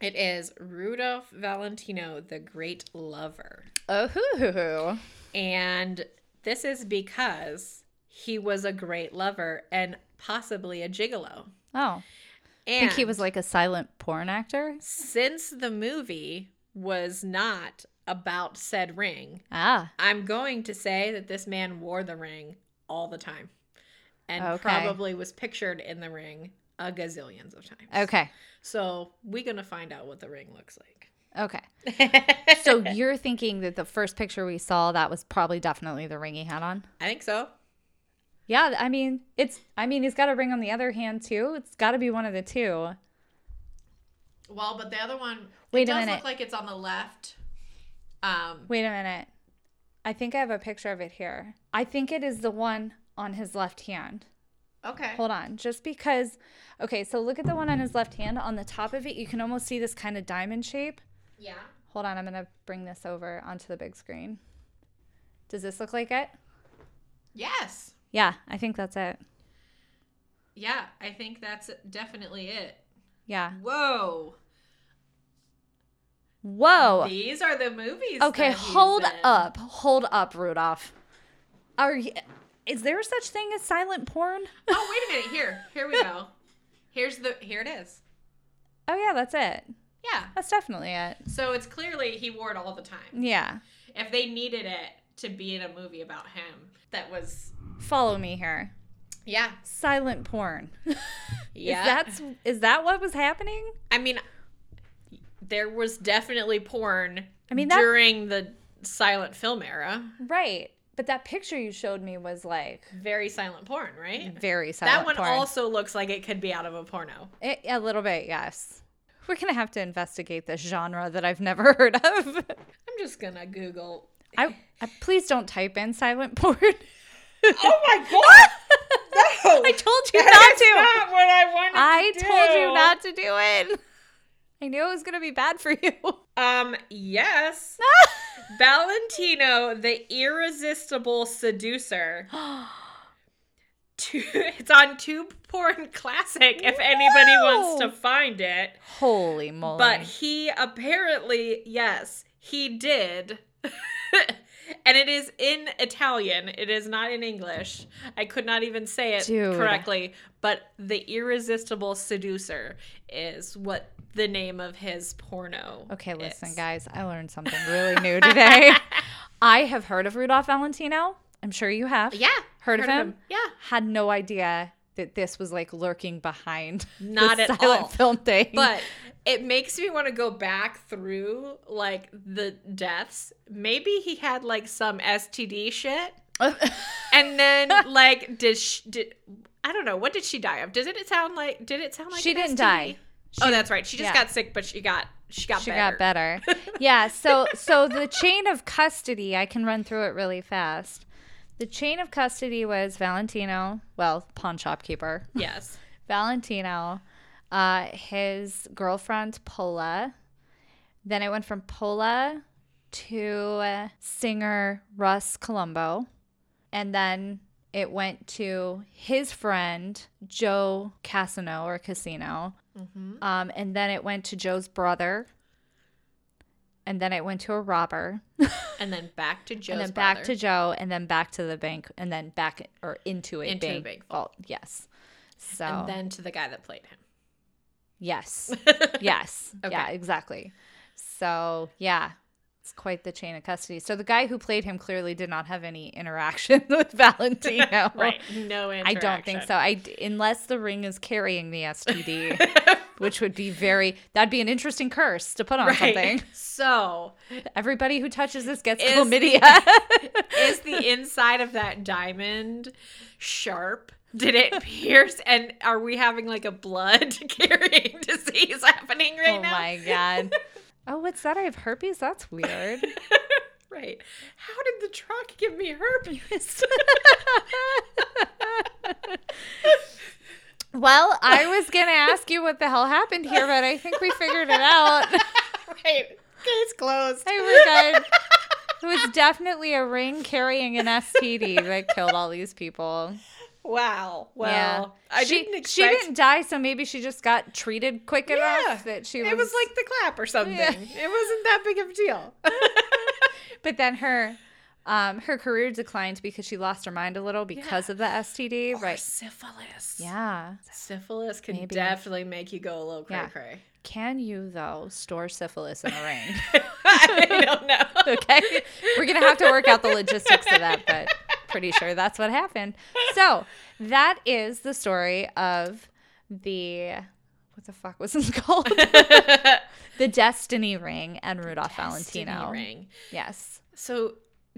[SPEAKER 2] it is Rudolph Valentino, the Great Lover.
[SPEAKER 1] Oh, hoo hoo hoo.
[SPEAKER 2] And this is because he was a great lover and possibly a gigolo.
[SPEAKER 1] Oh, I
[SPEAKER 2] And
[SPEAKER 1] think he was like a silent porn actor.
[SPEAKER 2] since the movie was not about said ring,
[SPEAKER 1] Ah,
[SPEAKER 2] I'm going to say that this man wore the ring all the time and
[SPEAKER 1] Okay.
[SPEAKER 2] probably was pictured in the ring a gazillions of times.
[SPEAKER 1] okay.
[SPEAKER 2] So we're going to find out what the ring looks like.
[SPEAKER 1] Okay. So you're thinking that the first picture we saw that was probably definitely the ring he had on?
[SPEAKER 2] I think so.
[SPEAKER 1] Yeah, I mean, it's I mean, he's got a ring on the other hand too. It's got to be one of the two.
[SPEAKER 2] Well, but the other one
[SPEAKER 1] Wait a minute.
[SPEAKER 2] like it's on the left. Um
[SPEAKER 1] Wait a minute. I think I have a picture of it here. I think it is the one on his left hand.
[SPEAKER 2] okay.
[SPEAKER 1] Hold on. Just because Okay, so look at the one on his left hand. On the top of it, you can almost see this kind of diamond shape.
[SPEAKER 2] Yeah.
[SPEAKER 1] Hold on, I'm going to bring this over onto the big screen. Does this look like it?
[SPEAKER 2] Yes.
[SPEAKER 1] Yeah, I think that's it.
[SPEAKER 2] Yeah, I think that's definitely it.
[SPEAKER 1] Yeah.
[SPEAKER 2] Whoa.
[SPEAKER 1] Whoa.
[SPEAKER 2] These are the movies.
[SPEAKER 1] Okay,
[SPEAKER 2] that he's
[SPEAKER 1] hold
[SPEAKER 2] in.
[SPEAKER 1] up. Hold up, Rudolph. Are you, is there such thing as silent porn?
[SPEAKER 2] Oh, wait a minute. Here. Here we go. Here's the here it is.
[SPEAKER 1] Oh yeah, that's it.
[SPEAKER 2] Yeah.
[SPEAKER 1] That's definitely it.
[SPEAKER 2] So it's clearly he wore it all the time.
[SPEAKER 1] Yeah.
[SPEAKER 2] If they needed it to be in a movie about him, that was
[SPEAKER 1] Follow me here.
[SPEAKER 2] yeah.
[SPEAKER 1] Silent porn.
[SPEAKER 2] Yeah.
[SPEAKER 1] Is that's is that what was happening?
[SPEAKER 2] I mean there was definitely porn
[SPEAKER 1] I mean, that-
[SPEAKER 2] during the silent film era.
[SPEAKER 1] Right. But that picture you showed me was like
[SPEAKER 2] Very silent porn, right?
[SPEAKER 1] very Mm. silent
[SPEAKER 2] That one
[SPEAKER 1] porn.
[SPEAKER 2] also looks like it could be out of a porno.
[SPEAKER 1] It- a little bit, yes. We're gonna have to investigate this genre that I've never heard of.
[SPEAKER 2] I'm just gonna Google
[SPEAKER 1] I, I please don't type in silent porn.
[SPEAKER 2] Oh my god! No!
[SPEAKER 1] I told you not to.
[SPEAKER 2] not what I wanted
[SPEAKER 1] I
[SPEAKER 2] to
[SPEAKER 1] told
[SPEAKER 2] do.
[SPEAKER 1] you not to do it. I knew it was going to be bad for you.
[SPEAKER 2] Um, yes. Valentino, the irresistible seducer. Two, it's on Tube Porn Classic if anybody wants
[SPEAKER 1] No.
[SPEAKER 2] to find it.
[SPEAKER 1] Holy moly.
[SPEAKER 2] But he apparently, yes, he did. and it is in Italian. It is not in English. I could not even say it
[SPEAKER 1] Dude.
[SPEAKER 2] correctly. But the irresistible seducer is what the name of his porno.
[SPEAKER 1] okay, listen,
[SPEAKER 2] is.
[SPEAKER 1] guys, I learned something really new today. I have heard of Rudolph Valentino. I'm sure you have.
[SPEAKER 2] Yeah,
[SPEAKER 1] Heard of him?
[SPEAKER 2] Yeah,
[SPEAKER 1] Had no idea that this was like lurking behind
[SPEAKER 2] Not
[SPEAKER 1] the
[SPEAKER 2] at
[SPEAKER 1] silent
[SPEAKER 2] all.
[SPEAKER 1] film thing.
[SPEAKER 2] but it makes me want to go back through like the deaths. Maybe he had like some STD shit. And then, like, did she, did I don't know what did she die of? Did it sound like? Did it sound like
[SPEAKER 1] she
[SPEAKER 2] an
[SPEAKER 1] didn't
[SPEAKER 2] STD?
[SPEAKER 1] die.
[SPEAKER 2] oh, that's right. She just
[SPEAKER 1] yeah.
[SPEAKER 2] got sick, but she got she got
[SPEAKER 1] She
[SPEAKER 2] better.
[SPEAKER 1] got better. Yeah, so so the chain of custody, I can run through it really fast. The chain of custody was Valentino, well, pawn shop keeper,
[SPEAKER 2] Yes.
[SPEAKER 1] Valentino, uh, his girlfriend Pola. Then it went from Pola to uh, singer Russ Colombo. And then it went to his friend Joe Casino or Casino.
[SPEAKER 2] Mm-hmm.
[SPEAKER 1] Um, and then it went to Joe's brother. And then it went to a robber.
[SPEAKER 2] And then back to Joe's
[SPEAKER 1] and then back
[SPEAKER 2] brother.
[SPEAKER 1] to Joe. And then back to the bank. And then back or into a
[SPEAKER 2] Into a
[SPEAKER 1] bank.
[SPEAKER 2] bank
[SPEAKER 1] vault. Yes. So
[SPEAKER 2] and then to the guy that played him.
[SPEAKER 1] Yes. yes. Yeah,
[SPEAKER 2] Okay.
[SPEAKER 1] exactly. So, yeah, it's quite the chain of custody. So, the guy who played him clearly did not have any interaction with Valentino.
[SPEAKER 2] Right. No
[SPEAKER 1] I
[SPEAKER 2] interaction.
[SPEAKER 1] don't think so. I d- unless the ring is carrying the STD, which would be very that'd be an interesting curse to put on
[SPEAKER 2] Right.
[SPEAKER 1] something.
[SPEAKER 2] So,
[SPEAKER 1] Everybody who touches this gets
[SPEAKER 2] Is-
[SPEAKER 1] chlamydia.
[SPEAKER 2] is the inside of that diamond sharp? Did it pierce? And are we having like a blood carrying disease happening right
[SPEAKER 1] oh
[SPEAKER 2] now?
[SPEAKER 1] my god. Oh, what's that? I have herpes. That's weird.
[SPEAKER 2] Right. How did the truck give me herpes?
[SPEAKER 1] Well, I was gonna ask you what the hell happened here, but I think we figured it out.
[SPEAKER 2] right. Case closed.
[SPEAKER 1] Hey, we're good. It was definitely a ring carrying an STD that killed all these people.
[SPEAKER 2] Wow. Well,
[SPEAKER 1] yeah.
[SPEAKER 2] I
[SPEAKER 1] she,
[SPEAKER 2] didn't expect.
[SPEAKER 1] She didn't die, so maybe she just got treated quick
[SPEAKER 2] Yeah.
[SPEAKER 1] enough that she was.
[SPEAKER 2] It was like the clap or something.
[SPEAKER 1] Yeah.
[SPEAKER 2] It wasn't that big of a deal.
[SPEAKER 1] But then her. Um, her career declined because she lost her mind a little because of the STD,
[SPEAKER 2] Or
[SPEAKER 1] right?
[SPEAKER 2] syphilis.
[SPEAKER 1] Yeah.
[SPEAKER 2] Syphilis can
[SPEAKER 1] Maybe.
[SPEAKER 2] definitely make you go a little cray
[SPEAKER 1] Yeah.
[SPEAKER 2] cray.
[SPEAKER 1] Can you though store syphilis in the ring?
[SPEAKER 2] I don't know.
[SPEAKER 1] okay we're gonna have to work out the logistics of that but pretty sure that's what happened so that is the story of the what the fuck was it called the destiny ring and rudolph valentino
[SPEAKER 2] Destiny ring.
[SPEAKER 1] yes
[SPEAKER 2] So,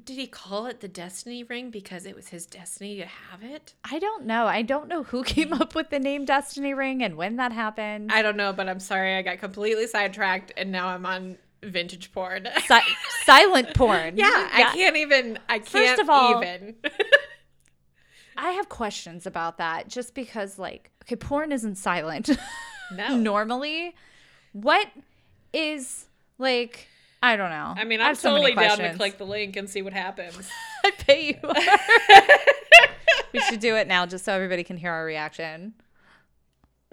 [SPEAKER 2] did he call it the destiny ring because it was his destiny to have it?
[SPEAKER 1] i don't know i don't know who came up with the name destiny ring and when that happened
[SPEAKER 2] I don't know, but I'm sorry. I got completely sidetracked and now I'm on vintage porn.
[SPEAKER 1] Si- silent porn
[SPEAKER 2] yeah, I can't even. I can't
[SPEAKER 1] of all-
[SPEAKER 2] even.
[SPEAKER 1] I have questions about that just because like okay porn isn't silent
[SPEAKER 2] no.
[SPEAKER 1] normally what is like i don't know
[SPEAKER 2] I mean,
[SPEAKER 1] I
[SPEAKER 2] I'm
[SPEAKER 1] have so many
[SPEAKER 2] totally down to
[SPEAKER 1] questions.
[SPEAKER 2] click the link and see what happens.
[SPEAKER 1] i pay you we should do it now just so everybody can hear our reaction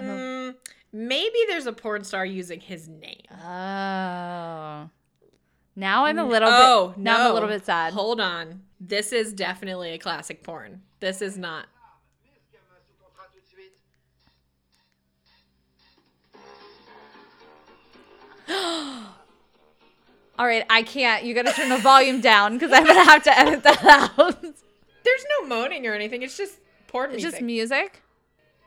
[SPEAKER 2] Mm, maybe there's a porn star using his name.
[SPEAKER 1] oh now i'm a little
[SPEAKER 2] oh,
[SPEAKER 1] bit now i'm a little
[SPEAKER 2] no.
[SPEAKER 1] bit sad
[SPEAKER 2] Hold on. This is definitely a classic porn. This is not.
[SPEAKER 1] all right i can't you gotta turn the volume down because i'm gonna have to edit that out
[SPEAKER 2] There's no moaning or anything. It's just porn
[SPEAKER 1] it's
[SPEAKER 2] music.
[SPEAKER 1] just music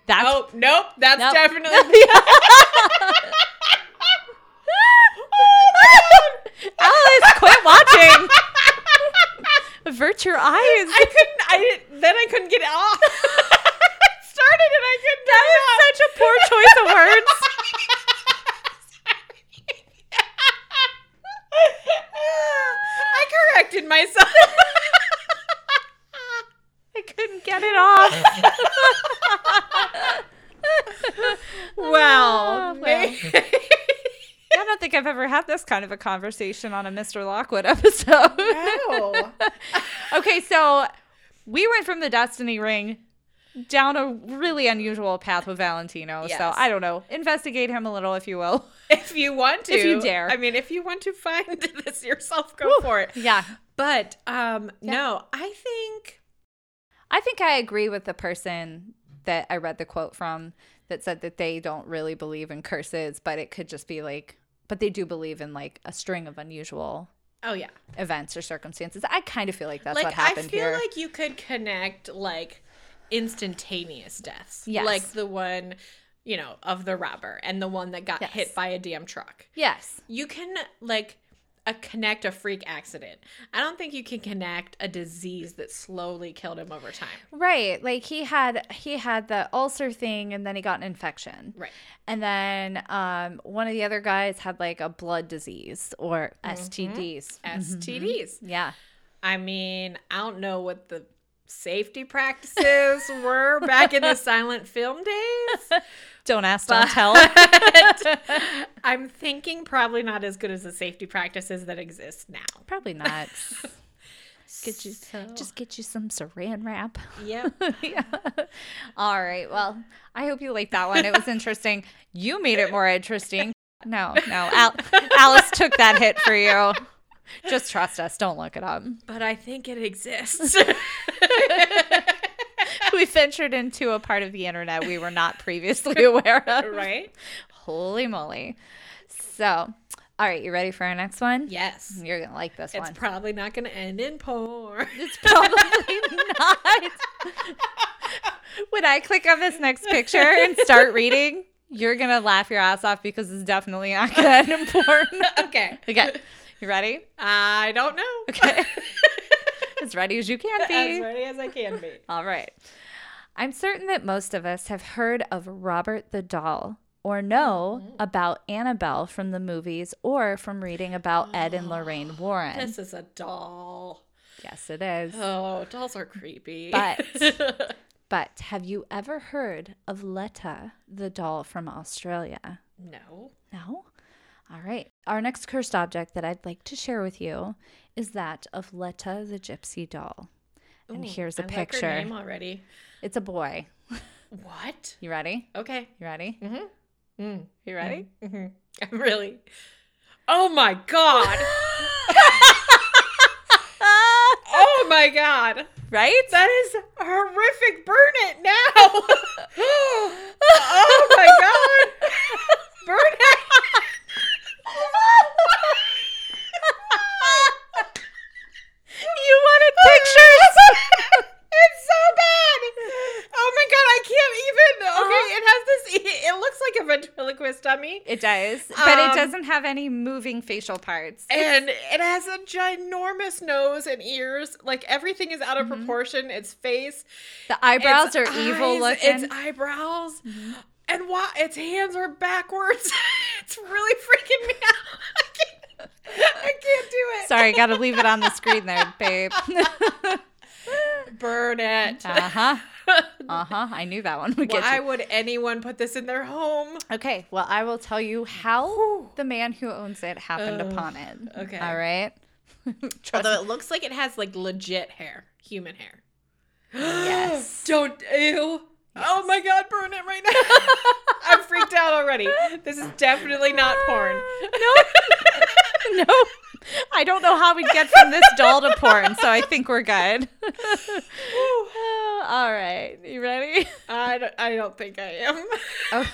[SPEAKER 1] that's
[SPEAKER 2] Oh, nope. That's
[SPEAKER 1] Nope.
[SPEAKER 2] definitely.
[SPEAKER 1] alice quit watching avert your eyes
[SPEAKER 2] I couldn't. I didn't- then I couldn't get it off. I started and I couldn't. That was such a
[SPEAKER 1] poor choice of words.
[SPEAKER 2] I corrected myself.
[SPEAKER 1] I couldn't get it off.
[SPEAKER 2] well,
[SPEAKER 1] Ah,
[SPEAKER 2] Oh,
[SPEAKER 1] well.
[SPEAKER 2] may-
[SPEAKER 1] I don't think I've ever had this kind of a conversation on a Mr. Lockwood episode.
[SPEAKER 2] no.
[SPEAKER 1] okay, so we went from the Destiny Ring down a really unusual path with Valentino. So
[SPEAKER 2] Yes.
[SPEAKER 1] I don't know. Investigate him a little, if you will.
[SPEAKER 2] If you want to,
[SPEAKER 1] If you dare.
[SPEAKER 2] I mean, if you want to find this yourself, go for it.
[SPEAKER 1] Yeah.
[SPEAKER 2] But um, no, I think
[SPEAKER 1] I think I agree with the person that I read the quote from that said that they don't really believe in curses, but it could just be like, but they do believe in like a string of unusual
[SPEAKER 2] Oh yeah.
[SPEAKER 1] events or circumstances. I kind of feel like that's
[SPEAKER 2] like
[SPEAKER 1] what happened
[SPEAKER 2] I feel
[SPEAKER 1] here.
[SPEAKER 2] like you could connect like instantaneous deaths.
[SPEAKER 1] Yes.
[SPEAKER 2] Like the one, you know, of the robber and the one that got
[SPEAKER 1] Yes.
[SPEAKER 2] hit by a damn truck.
[SPEAKER 1] yes.
[SPEAKER 2] You can like a connect a freak accident. I don't think you can connect a disease that slowly killed him over time.
[SPEAKER 1] Right. Like he had he had the ulcer thing and then he got an infection.
[SPEAKER 2] Right.
[SPEAKER 1] And then um one of the other guys had like a blood disease or STDs.
[SPEAKER 2] STDs.
[SPEAKER 1] Yeah.
[SPEAKER 2] I mean, I don't know what the safety practices were back in the silent film days.
[SPEAKER 1] Don't ask, don't tell.
[SPEAKER 2] I'm thinking probably not as good as the safety practices that exist now.
[SPEAKER 1] Probably not. Get you,
[SPEAKER 2] So-
[SPEAKER 1] just get you some saran wrap.
[SPEAKER 2] Yep.
[SPEAKER 1] yeah. All right. Well, I hope you liked that one. It was interesting. You made it more interesting. No, no. Al- Alice took that hit for you. Just trust us. Don't look it up.
[SPEAKER 2] But I think it exists.
[SPEAKER 1] We ventured into a part of the internet we were not previously aware of.
[SPEAKER 2] right?
[SPEAKER 1] Holy moly. So, all right. You ready for our next one?
[SPEAKER 2] Yes.
[SPEAKER 1] You're going to like this
[SPEAKER 2] Mm-hmm. It's
[SPEAKER 1] one.
[SPEAKER 2] probably not going to end in porn.
[SPEAKER 1] It's probably not. when I click on this next picture and start reading, you're going to laugh your ass off because it's definitely not going to end in porn.
[SPEAKER 2] okay.
[SPEAKER 1] Okay. You ready?
[SPEAKER 2] I don't know.
[SPEAKER 1] Okay. as ready as you can
[SPEAKER 2] As
[SPEAKER 1] be.
[SPEAKER 2] ready as I can be.
[SPEAKER 1] All right. I'm certain that most of us have heard of Robert the Doll or know
[SPEAKER 2] Mm-hmm.
[SPEAKER 1] about Annabelle from the movies or from reading about Ed and Lorraine Warren.
[SPEAKER 2] This is a doll.
[SPEAKER 1] yes, it is.
[SPEAKER 2] Oh, dolls are creepy.
[SPEAKER 1] But- But have you ever heard of Letta, the doll from Australia?
[SPEAKER 2] no.
[SPEAKER 1] No? All right. Our next cursed object that I'd like to share with you is that of Letta the Gypsy doll. And
[SPEAKER 2] Ooh,
[SPEAKER 1] here's a
[SPEAKER 2] I like her
[SPEAKER 1] picture.
[SPEAKER 2] name already.
[SPEAKER 1] It's a boy.
[SPEAKER 2] What?
[SPEAKER 1] You ready?
[SPEAKER 2] Okay.
[SPEAKER 1] You ready?
[SPEAKER 2] Mhm. Mm.
[SPEAKER 1] You ready?
[SPEAKER 2] Mhm. I'm really. Oh my god. oh my god.
[SPEAKER 1] right?
[SPEAKER 2] That is horrific. Burn it now. oh my god. Burn it.
[SPEAKER 1] you wanted pictures.
[SPEAKER 2] It's so bad. Oh my god, I can't even. Okay,
[SPEAKER 1] Uh-huh.
[SPEAKER 2] it has this. It looks like a ventriloquist dummy,
[SPEAKER 1] it does, but
[SPEAKER 2] Um,
[SPEAKER 1] it doesn't have any moving facial parts.
[SPEAKER 2] and it has a ginormous nose and ears. Like everything is out of proportion. Its face,
[SPEAKER 1] The eyebrows
[SPEAKER 2] its
[SPEAKER 1] are evil
[SPEAKER 2] eyes,
[SPEAKER 1] looking.
[SPEAKER 2] Its eyebrows, and why its hands are backwards. it's really freaking me out. I can't, I can't do it.
[SPEAKER 1] Sorry, got to leave it on the screen there, babe.
[SPEAKER 2] Burn it.
[SPEAKER 1] uh huh. Uh huh. I knew that one would get
[SPEAKER 2] Why
[SPEAKER 1] you.
[SPEAKER 2] would anyone put this in their home?
[SPEAKER 1] Okay. Well, I will tell you how the man who owns it happened
[SPEAKER 2] Ugh,
[SPEAKER 1] upon it.
[SPEAKER 2] okay.
[SPEAKER 1] All right. Trust
[SPEAKER 2] Although it looks like it has like legit hair, human hair.
[SPEAKER 1] Yes.
[SPEAKER 2] Don't ew. Oh my god, burn it right now. I'm freaked out already. This is definitely not porn.
[SPEAKER 1] no, I don't know how we'd get from this doll to porn, so I think we're good. All right, you ready?
[SPEAKER 2] I don't, I don't think I am.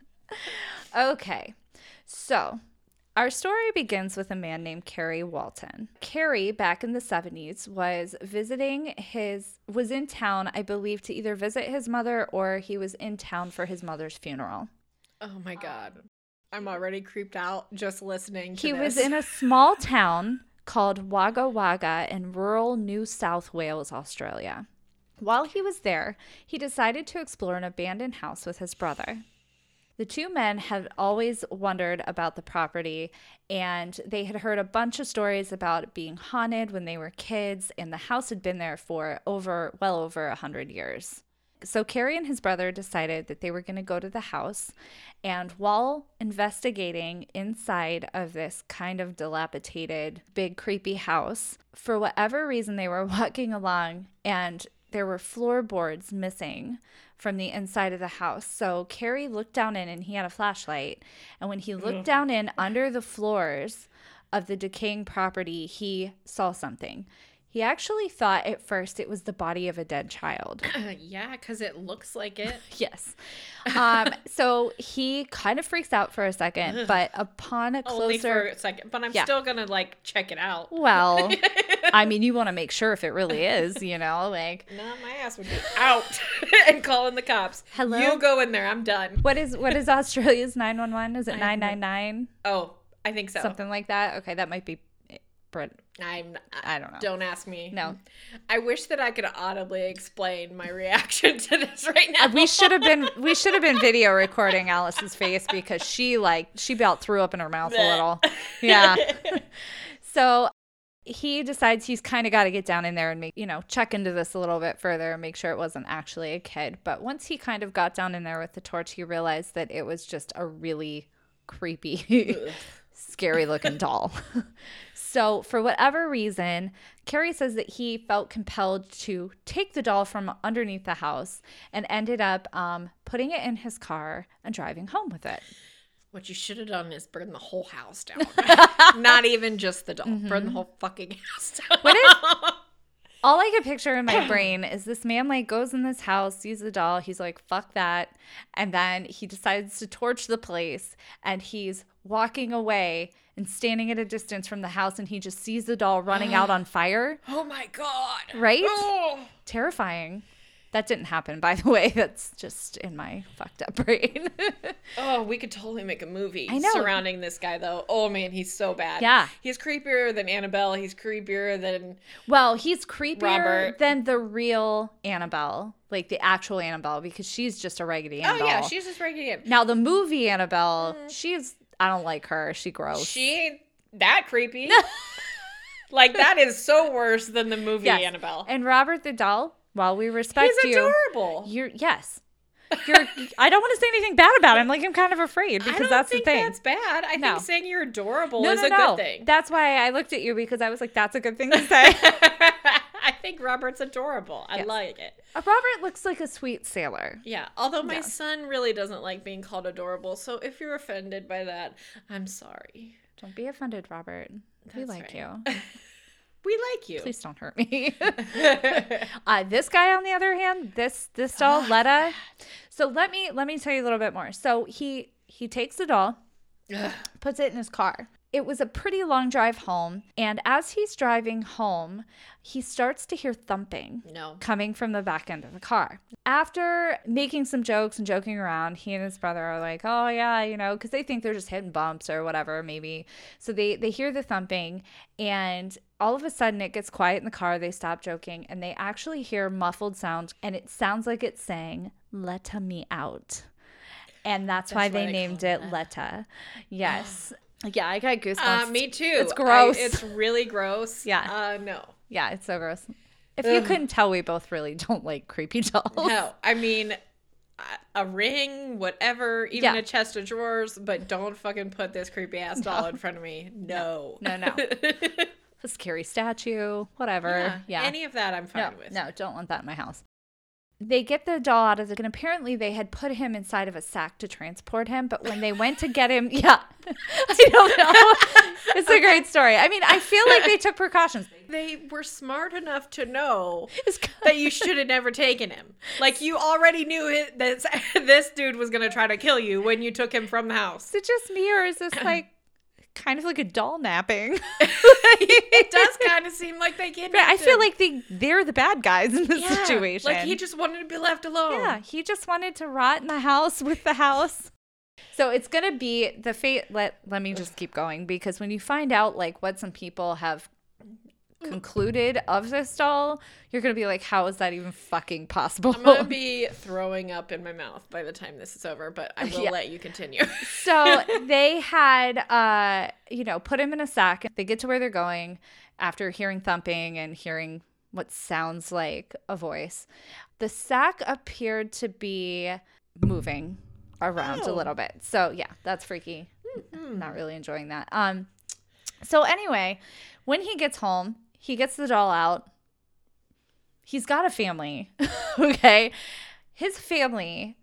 [SPEAKER 1] Okay, so our story begins with a man named Carrie Walton. Carrie, back in the 70s, was visiting his, was in town, I believe, to either visit his mother or he was in town for his mother's funeral.
[SPEAKER 2] Oh my god. I'm already creeped out just listening to
[SPEAKER 1] He was
[SPEAKER 2] this.
[SPEAKER 1] in a small town called Wagga Wagga in rural New South Wales, Australia. While he was there, he decided to explore an abandoned house with his brother. The two men had always wondered about the property, and they had heard a bunch of stories about it being haunted when they were kids, and the house had been there for over, well over a 100 years. So Carrie and his brother decided that they were going to go to the house, and while investigating inside of this kind of dilapidated, big, creepy house, for whatever reason, they were walking along and there were floorboards missing from the inside of the house. So Carrie looked down in and he had a flashlight. And when he
[SPEAKER 2] Mm.
[SPEAKER 1] looked down in under the floors of the decaying property, he saw something. He actually thought at first it was the body of a dead child.
[SPEAKER 2] yeah, because it looks like it.
[SPEAKER 1] Yes. Um, so he kind of freaks out for a second, but upon a
[SPEAKER 2] Only for
[SPEAKER 1] closer
[SPEAKER 2] a second, but I'm
[SPEAKER 1] Yeah.
[SPEAKER 2] still gonna like check it out.
[SPEAKER 1] well, I mean, you want to make sure if it really is, you know, like
[SPEAKER 2] No, my ass would be out and calling the cops.
[SPEAKER 1] Hello?
[SPEAKER 2] You go in there. I'm done.
[SPEAKER 1] what is what is Australia's nine one one? Is it nine nine nine
[SPEAKER 2] Oh, I think so.
[SPEAKER 1] something like that? Okay, that might be Brit.
[SPEAKER 2] I'm.
[SPEAKER 1] I don't know.
[SPEAKER 2] Don't ask me.
[SPEAKER 1] No.
[SPEAKER 2] I wish that I could audibly explain my reaction to this right now.
[SPEAKER 1] Uh, We should have been we should have been video recording Alice's face because she like she about threw up in her mouth a little. Yeah. So he decides he's kind of got to get down in there and make, you know, check into this a little bit further and make sure it wasn't actually a kid. But once he kind of got down in there with the torch, he realized that it was just a really creepy, scary looking doll. so, for whatever reason, Carrie says that he felt compelled to take the doll from underneath the house and ended up um, putting it in his car and driving home with it.
[SPEAKER 2] What you should have done is burn the whole house down. Not even just the doll. Burn
[SPEAKER 1] Mm-hmm.
[SPEAKER 2] the whole fucking house down.
[SPEAKER 1] What if- All I could picture in my brain is this man like goes in this house, sees the doll, he's like, fuck that. And then he decides to torch the place and he's walking away and standing at a distance from the house and he just sees the doll running out on fire.
[SPEAKER 2] oh my god.
[SPEAKER 1] Right?
[SPEAKER 2] Oh.
[SPEAKER 1] Terrifying. That didn't happen, by the way. That's just in my fucked up brain.
[SPEAKER 2] Oh, we could totally make a movie
[SPEAKER 1] I know.
[SPEAKER 2] surrounding this guy, though. Oh man, he's so bad.
[SPEAKER 1] Yeah.
[SPEAKER 2] he's creepier than Annabelle. He's creepier than
[SPEAKER 1] well, he's creepier
[SPEAKER 2] Robert.
[SPEAKER 1] than the real Annabelle, like the actual Annabelle, because she's just a raggedy
[SPEAKER 2] oh
[SPEAKER 1] Annabelle.
[SPEAKER 2] yeah, she's just breaking it.
[SPEAKER 1] Now the movie Annabelle, she's I don't like her. She gross.
[SPEAKER 2] Eh. She ain't that creepy. like that is so worse than the movie
[SPEAKER 1] Yes.
[SPEAKER 2] Annabelle.
[SPEAKER 1] and Robert the doll, while we respect
[SPEAKER 2] He's
[SPEAKER 1] you,
[SPEAKER 2] adorable.
[SPEAKER 1] you're yes. You're I don't want to say anything bad about him. Like I'm kind of afraid
[SPEAKER 2] I
[SPEAKER 1] because
[SPEAKER 2] don't
[SPEAKER 1] that's the
[SPEAKER 2] think
[SPEAKER 1] thing.
[SPEAKER 2] that's bad. I
[SPEAKER 1] No.
[SPEAKER 2] think saying you're adorable
[SPEAKER 1] no,
[SPEAKER 2] is
[SPEAKER 1] no,
[SPEAKER 2] a
[SPEAKER 1] no.
[SPEAKER 2] good thing.
[SPEAKER 1] That's why I looked at you because I was like, that's a good thing to say.
[SPEAKER 2] I think Robert's adorable. I
[SPEAKER 1] Yes.
[SPEAKER 2] like it.
[SPEAKER 1] Uh, Robert looks like a sweet sailor.
[SPEAKER 2] Yeah. Although my
[SPEAKER 1] Yeah.
[SPEAKER 2] son really doesn't like being called adorable, so if you're offended by that, I'm sorry.
[SPEAKER 1] Don't be offended, Robert. we
[SPEAKER 2] That's
[SPEAKER 1] like
[SPEAKER 2] right.
[SPEAKER 1] you.
[SPEAKER 2] We like you.
[SPEAKER 1] Please don't hurt me. Uh, this guy, on the other hand, this this doll, Letta. So let me let me tell you a little bit more. So he he takes the doll,
[SPEAKER 2] Ugh.
[SPEAKER 1] puts it in his car. It was a pretty long drive home, and as he's driving home, he starts to hear thumping
[SPEAKER 2] no.
[SPEAKER 1] coming from the back end of the car. After making some jokes and joking around, he and his brother are like, "Oh yeah, you know," because they think they're just hitting bumps or whatever, maybe. So they they hear the thumping, and all of a sudden it gets quiet in the car. They stop joking, and they actually hear muffled sounds, and it sounds like it's saying, "Let me out," and that's, why,
[SPEAKER 2] That's why
[SPEAKER 1] they,
[SPEAKER 2] they
[SPEAKER 1] named
[SPEAKER 2] call it
[SPEAKER 1] it Letta. Yes. Yeah, I got goosebumps.
[SPEAKER 2] Uh, me too.
[SPEAKER 1] It's gross.
[SPEAKER 2] I- it's really gross.
[SPEAKER 1] Yeah.
[SPEAKER 2] Uh, no.
[SPEAKER 1] yeah, it's so gross. If you couldn't tell, we both really don't like creepy dolls.
[SPEAKER 2] No. I mean, a- a ring, whatever, even
[SPEAKER 1] Yeah.
[SPEAKER 2] a chest of drawers, but don't fucking put this creepy ass doll in front of me. No.
[SPEAKER 1] No, no. a scary statue, whatever. Yeah.
[SPEAKER 2] Any of that I'm
[SPEAKER 1] no,
[SPEAKER 2] fine with.
[SPEAKER 1] no, don't want that in my house. They get the doll out of the, and apparently they had put him inside of a sack to transport him. But when they went to get him, yeah, I don't know. It's a great story. I mean, I feel like they took precautions.
[SPEAKER 2] They were smart enough to know
[SPEAKER 1] It's
[SPEAKER 2] that you should have never taken him. Like you already knew it, this this dude was gonna try to kill you when you took him from the house.
[SPEAKER 1] Is it just me, or is this like kind of like a doll napping?
[SPEAKER 2] It does kind of seem like they kidnapped.
[SPEAKER 1] I feel
[SPEAKER 2] him.
[SPEAKER 1] like they they're the bad guys in this
[SPEAKER 2] Yeah,
[SPEAKER 1] situation.
[SPEAKER 2] Like he just wanted to be left alone.
[SPEAKER 1] Yeah, he just wanted to rot in the house with the house. So it's gonna be the fate. Let let me just keep going because when you find out like what some people have concluded of this doll, you're gonna be like, how is that even fucking possible?
[SPEAKER 2] I'm gonna be throwing up in my mouth by the time this is over, but I will
[SPEAKER 1] Yeah.
[SPEAKER 2] let you continue.
[SPEAKER 1] so they had uh you know put him in a sack they get to where they're going after hearing thumping and hearing what sounds like a voice the sack appeared to be moving around a
[SPEAKER 2] Oh.
[SPEAKER 1] little bit so yeah that's freaky not really enjoying that um so anyway when he gets home he gets the doll out he's got a family okay his family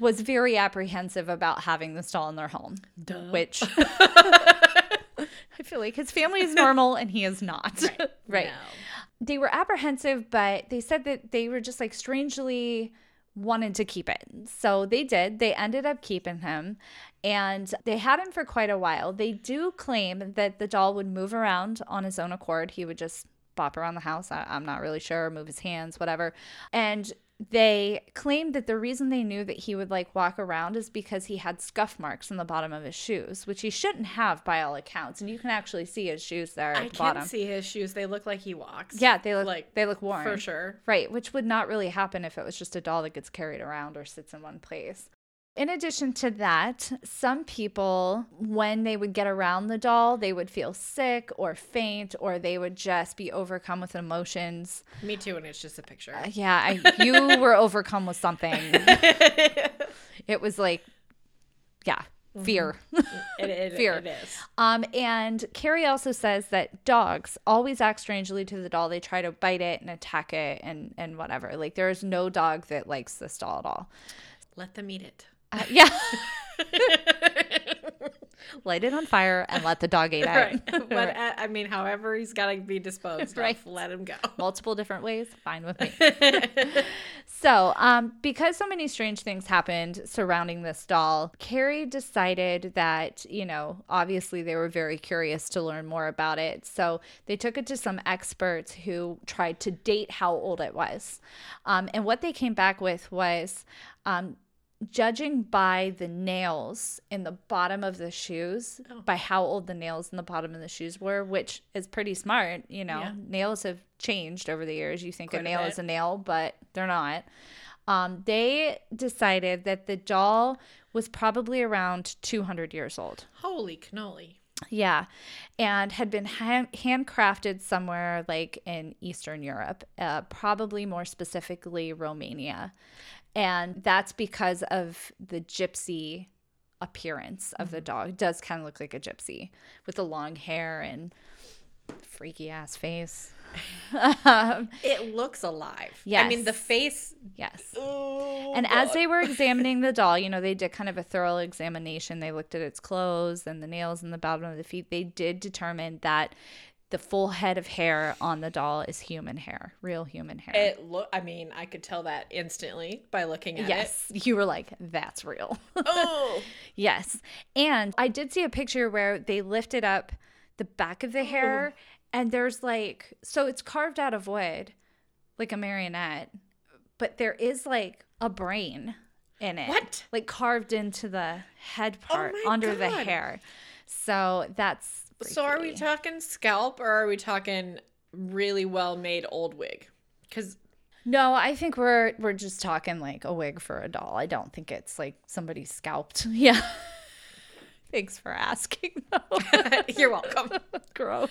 [SPEAKER 1] was very apprehensive about having this doll in their home,
[SPEAKER 2] Duh.
[SPEAKER 1] which I feel like his family is normal and he is not. Right. They were apprehensive, but they said that they were just like strangely wanted to keep it. So they did. They ended up keeping him and they had him for quite a while. They do claim that the doll would move around on his own accord. He would just bop around the house. I, I'm not really sure, move his hands, whatever. And they claimed that the reason they knew that he would like walk around is because he had scuff marks on the bottom of his shoes, which he shouldn't have by all accounts. And you can actually see his shoes there at
[SPEAKER 2] I
[SPEAKER 1] the
[SPEAKER 2] can
[SPEAKER 1] bottom.
[SPEAKER 2] see his shoes. They look like he walks.
[SPEAKER 1] Yeah, they look
[SPEAKER 2] like,
[SPEAKER 1] like they look worn.
[SPEAKER 2] for sure.
[SPEAKER 1] Right, which would not really happen if it was just a doll that gets carried around or sits in one place. In addition to that, some people, when they would get around the doll, they would feel sick or faint, or they would just be overcome with emotions.
[SPEAKER 2] Me too, and it's just a picture.
[SPEAKER 1] Uh, Yeah, I, you were overcome with something.
[SPEAKER 2] it,
[SPEAKER 1] It was like, yeah, fear.
[SPEAKER 2] it,
[SPEAKER 1] Fear.
[SPEAKER 2] it is.
[SPEAKER 1] Um, and Carrie also says that dogs always act strangely to the doll. They try to bite it and attack it and and whatever. Like there is no dog that likes this doll at all.
[SPEAKER 2] Let them eat it.
[SPEAKER 1] Uh, yeah, light it on fire and let the dog eat it.
[SPEAKER 2] right. But uh, I mean, however he's got to be disposed
[SPEAKER 1] Right.
[SPEAKER 2] of, let him go.
[SPEAKER 1] Multiple different ways, fine with me. So, um, because so many strange things happened surrounding this doll, Carrie decided that, you know, obviously they were very curious to learn more about it. So they took it to some experts who tried to date how old it was. Um, and what they came back with was um, judging by the nails in the bottom of the shoes,
[SPEAKER 2] Oh.
[SPEAKER 1] by how old the nails in the bottom of the shoes were, which is pretty smart. You know,
[SPEAKER 2] Yeah.
[SPEAKER 1] nails have changed over the years. You think
[SPEAKER 2] Quite
[SPEAKER 1] a
[SPEAKER 2] a
[SPEAKER 1] nail
[SPEAKER 2] bit.
[SPEAKER 1] is a nail, but they're not. Um, they decided that the doll was probably around 200 years old.
[SPEAKER 2] Holy cannoli.
[SPEAKER 1] Yeah. And had been ha- handcrafted somewhere like in Eastern Europe, uh, probably more specifically Romania. And that's because of the gypsy appearance of the dog. It does kind of look like a gypsy with the long hair and freaky ass face. um,
[SPEAKER 2] It looks alive. I mean, the
[SPEAKER 1] Yes.
[SPEAKER 2] face.
[SPEAKER 1] yes.
[SPEAKER 2] Oh,
[SPEAKER 1] And as
[SPEAKER 2] God.
[SPEAKER 1] they were examining the doll, you know, they did kind of a thorough examination. They looked at its clothes and the nails and the bottom of the feet. They did determine that the full head of hair on the doll is human hair, real human hair.
[SPEAKER 2] It look. I mean, I could tell that instantly by looking at it.
[SPEAKER 1] yes, you were like, that's real.
[SPEAKER 2] Oh,
[SPEAKER 1] yes. And I did see a picture where they lifted up the back of the hair
[SPEAKER 2] Oh.
[SPEAKER 1] and there's like, so it's carved out of wood, like a marionette, but there is like a brain in it.
[SPEAKER 2] what?
[SPEAKER 1] like carved into the head
[SPEAKER 2] Oh
[SPEAKER 1] part
[SPEAKER 2] my
[SPEAKER 1] under the
[SPEAKER 2] God.
[SPEAKER 1] hair. So that's
[SPEAKER 2] So are we
[SPEAKER 1] freaky.
[SPEAKER 2] talking scalp or are we talking really well made old wig? Because
[SPEAKER 1] No, I think we're we're just talking like a wig for a doll. I don't think it's like somebody scalped. Yeah. Thanks for asking though.
[SPEAKER 2] you're welcome.
[SPEAKER 1] Gross.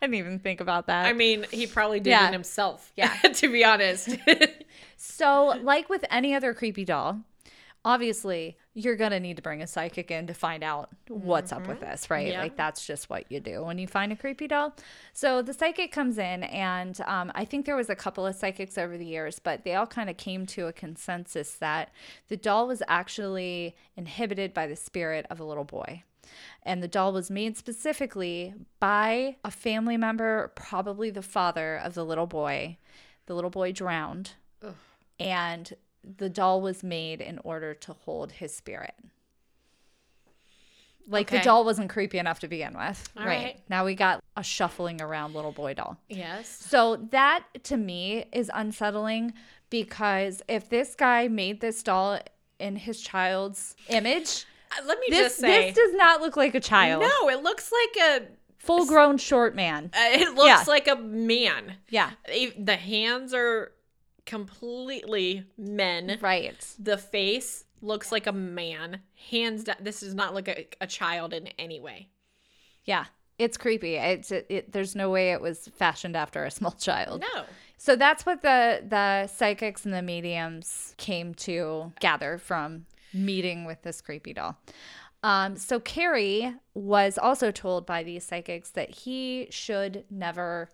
[SPEAKER 1] I didn't even think about that.
[SPEAKER 2] I mean, he probably did
[SPEAKER 1] Yeah.
[SPEAKER 2] it himself.
[SPEAKER 1] Yeah.
[SPEAKER 2] to be honest.
[SPEAKER 1] so, like with any other creepy doll, obviously you're going to need to bring a psychic in to find out what's up with this, right?
[SPEAKER 2] Yeah.
[SPEAKER 1] Like that's just what you do when you find a creepy doll. So the psychic comes in, and um, I think there was a couple of psychics over the years, but they all kind of came to a consensus that the doll was actually inhibited by the spirit of a little boy. And the doll was made specifically by a family member, probably the father of the little boy. The little boy drowned,
[SPEAKER 2] Ugh.
[SPEAKER 1] and the doll was made in order to hold his spirit. Like the
[SPEAKER 2] Okay.
[SPEAKER 1] doll wasn't creepy enough to begin with.
[SPEAKER 2] All
[SPEAKER 1] right.
[SPEAKER 2] right.
[SPEAKER 1] Now we got a shuffling around little boy doll.
[SPEAKER 2] yes.
[SPEAKER 1] So that to me is unsettling because if this guy made this doll in his child's image,
[SPEAKER 2] Uh, Let me
[SPEAKER 1] this
[SPEAKER 2] just say.
[SPEAKER 1] this does not look like a child.
[SPEAKER 2] no, it looks like a.
[SPEAKER 1] Full grown short man.
[SPEAKER 2] Uh, it looks
[SPEAKER 1] Yeah.
[SPEAKER 2] like a man.
[SPEAKER 1] Yeah.
[SPEAKER 2] E- The hands are completely men.
[SPEAKER 1] Right.
[SPEAKER 2] The face looks like a man. Hands down, this does not look like a child in any way.
[SPEAKER 1] Yeah. It's creepy. It's it, it, there's no way it was fashioned after a small child.
[SPEAKER 2] No.
[SPEAKER 1] So that's what the the psychics and the mediums came to gather from meeting with this creepy doll. Um, so Carrie was also told by these psychics that he should never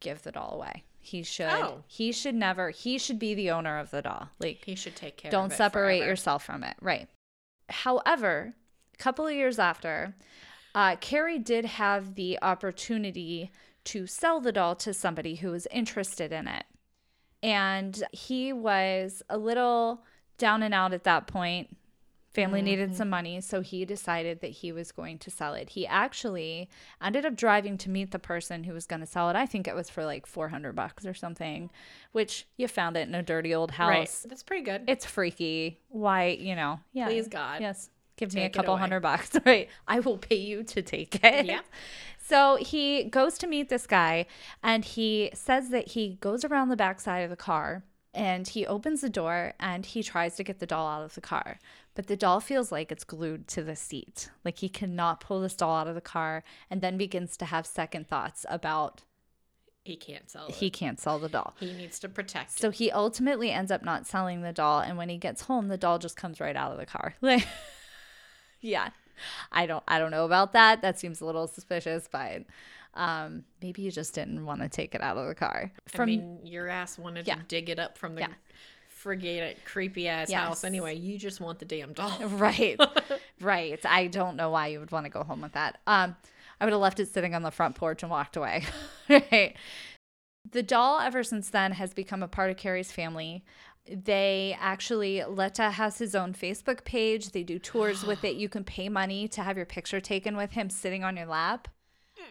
[SPEAKER 1] give the doll away. He should.
[SPEAKER 2] Oh.
[SPEAKER 1] He should never. He should be the owner of the doll. Like
[SPEAKER 2] He should take care
[SPEAKER 1] don't
[SPEAKER 2] of it.
[SPEAKER 1] separate
[SPEAKER 2] forever.
[SPEAKER 1] yourself from it. Right. However, a couple of years after, uh, Carrie did have the opportunity to sell the doll to somebody who was interested in it. And he was a little down and out at that point.
[SPEAKER 2] Mm-hmm.
[SPEAKER 1] Family needed some money, so he decided that he was going to sell it. He actually ended up driving to meet the person who was going to sell it. I think it was for like 400 bucks or something, which you found it in a dirty old house
[SPEAKER 2] Right. That's pretty good.
[SPEAKER 1] it's freaky. Why, you know, yeah.
[SPEAKER 2] Please, God.
[SPEAKER 1] Yes. Give me a
[SPEAKER 2] Take it
[SPEAKER 1] couple
[SPEAKER 2] away.
[SPEAKER 1] hundred bucks, right? I will pay you to take it.
[SPEAKER 2] Yeah.
[SPEAKER 1] So he goes to meet this guy and he says that he goes around the backside of the car and he opens the door and he tries to get the doll out of the car. But the doll feels like it's glued to the seat. Like he cannot pull this doll out of the car and then begins to have second thoughts about
[SPEAKER 2] He can't sell it.
[SPEAKER 1] he
[SPEAKER 2] He,
[SPEAKER 1] can't sell the doll.
[SPEAKER 2] needs to protect
[SPEAKER 1] So he ultimately ends up not selling the doll. And when he gets home, the doll just comes right out of the car. Like, yeah, I don't, I don't know about that. That seems a little suspicious, but um, maybe you just didn't want to take it out of the car.
[SPEAKER 2] I
[SPEAKER 1] From
[SPEAKER 2] mean, your ass wanted
[SPEAKER 1] Yeah.
[SPEAKER 2] to dig it up from the
[SPEAKER 1] Yeah.
[SPEAKER 2] frigate creepy ass
[SPEAKER 1] Yes.
[SPEAKER 2] house anyway. You just want the damn doll.
[SPEAKER 1] right, right. I don't know why you would want to go home with that. Um, I would have left it sitting on the front porch and walked away. right. The doll, ever since then, has become a part of Carrie's family. They actually, Letta has his own Facebook page. They do tours with it. You can pay money to have your picture taken with him sitting on your lap.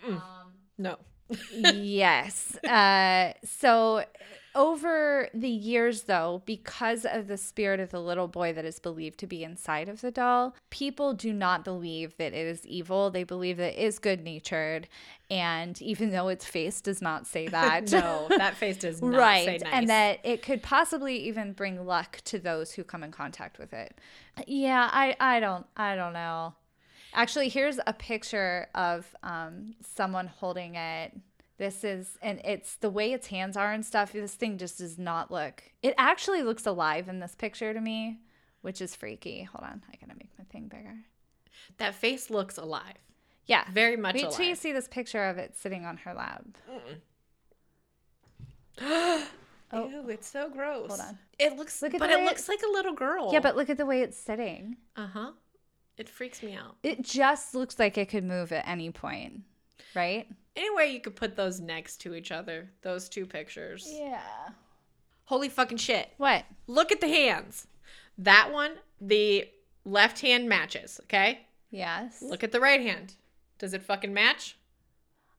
[SPEAKER 2] No.
[SPEAKER 1] yes. Uh, so, over the years, though, because of the spirit of the little boy that is believed to be inside of the doll, people do not believe that it is evil. They believe that it is good natured. And even though its face does not say that,
[SPEAKER 2] No, that face does not
[SPEAKER 1] right
[SPEAKER 2] say nice.
[SPEAKER 1] and that it could possibly even bring luck to those who come in contact with it yeah i i don't i don't know actually here's a picture of um someone holding it this is and it's the way its hands are and stuff this thing just does not look it actually looks alive in this picture to me which is freaky hold on i gotta make my thing bigger
[SPEAKER 2] That face looks alive.
[SPEAKER 1] yeah
[SPEAKER 2] Very much
[SPEAKER 1] wait
[SPEAKER 2] alive.
[SPEAKER 1] till you see this picture of it sitting on her lap Oh.
[SPEAKER 2] Ew, it's so gross.
[SPEAKER 1] Hold on.
[SPEAKER 2] It looks
[SPEAKER 1] Look at
[SPEAKER 2] but
[SPEAKER 1] the
[SPEAKER 2] it
[SPEAKER 1] way it-
[SPEAKER 2] looks like a little girl.
[SPEAKER 1] yeah but look at the way it's sitting
[SPEAKER 2] uh-huh. It freaks me out.
[SPEAKER 1] It just looks like it could move at any point, right?
[SPEAKER 2] Anyway, you could put those next to each other, those two pictures.
[SPEAKER 1] Yeah.
[SPEAKER 2] Holy fucking shit.
[SPEAKER 1] What?
[SPEAKER 2] Look at the hands. That one, the left hand matches, okay?
[SPEAKER 1] Yes.
[SPEAKER 2] Look at the right hand. Does it fucking match?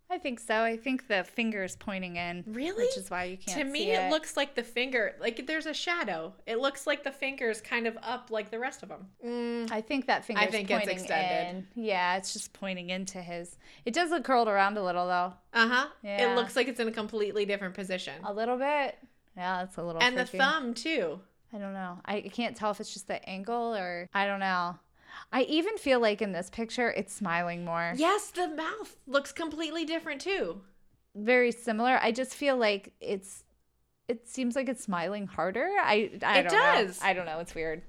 [SPEAKER 1] I think so. I think the finger's pointing in.
[SPEAKER 2] Really?
[SPEAKER 1] Which is why you can't
[SPEAKER 2] to me,
[SPEAKER 1] see
[SPEAKER 2] it. looks like the finger, like there's a shadow. It looks like the finger's kind of up like the rest of them.
[SPEAKER 1] Mm. I think that finger's
[SPEAKER 2] think it's
[SPEAKER 1] pointing
[SPEAKER 2] extended.
[SPEAKER 1] in. Yeah, it's just pointing into his. It does look curled around a little though.
[SPEAKER 2] Uh huh.
[SPEAKER 1] Yeah.
[SPEAKER 2] It looks like it's in a completely different position.
[SPEAKER 1] A little bit. Yeah, it's a little.
[SPEAKER 2] And the
[SPEAKER 1] freaky.
[SPEAKER 2] thumb, too.
[SPEAKER 1] I don't know. I can't tell if it's just the angle or I don't know. I even feel like in this picture, it's smiling more.
[SPEAKER 2] Yes, the mouth looks completely different, too.
[SPEAKER 1] very similar. I just feel like it's it seems like it's smiling harder. I I
[SPEAKER 2] It
[SPEAKER 1] don't know.
[SPEAKER 2] does.
[SPEAKER 1] I don't know. It's weird.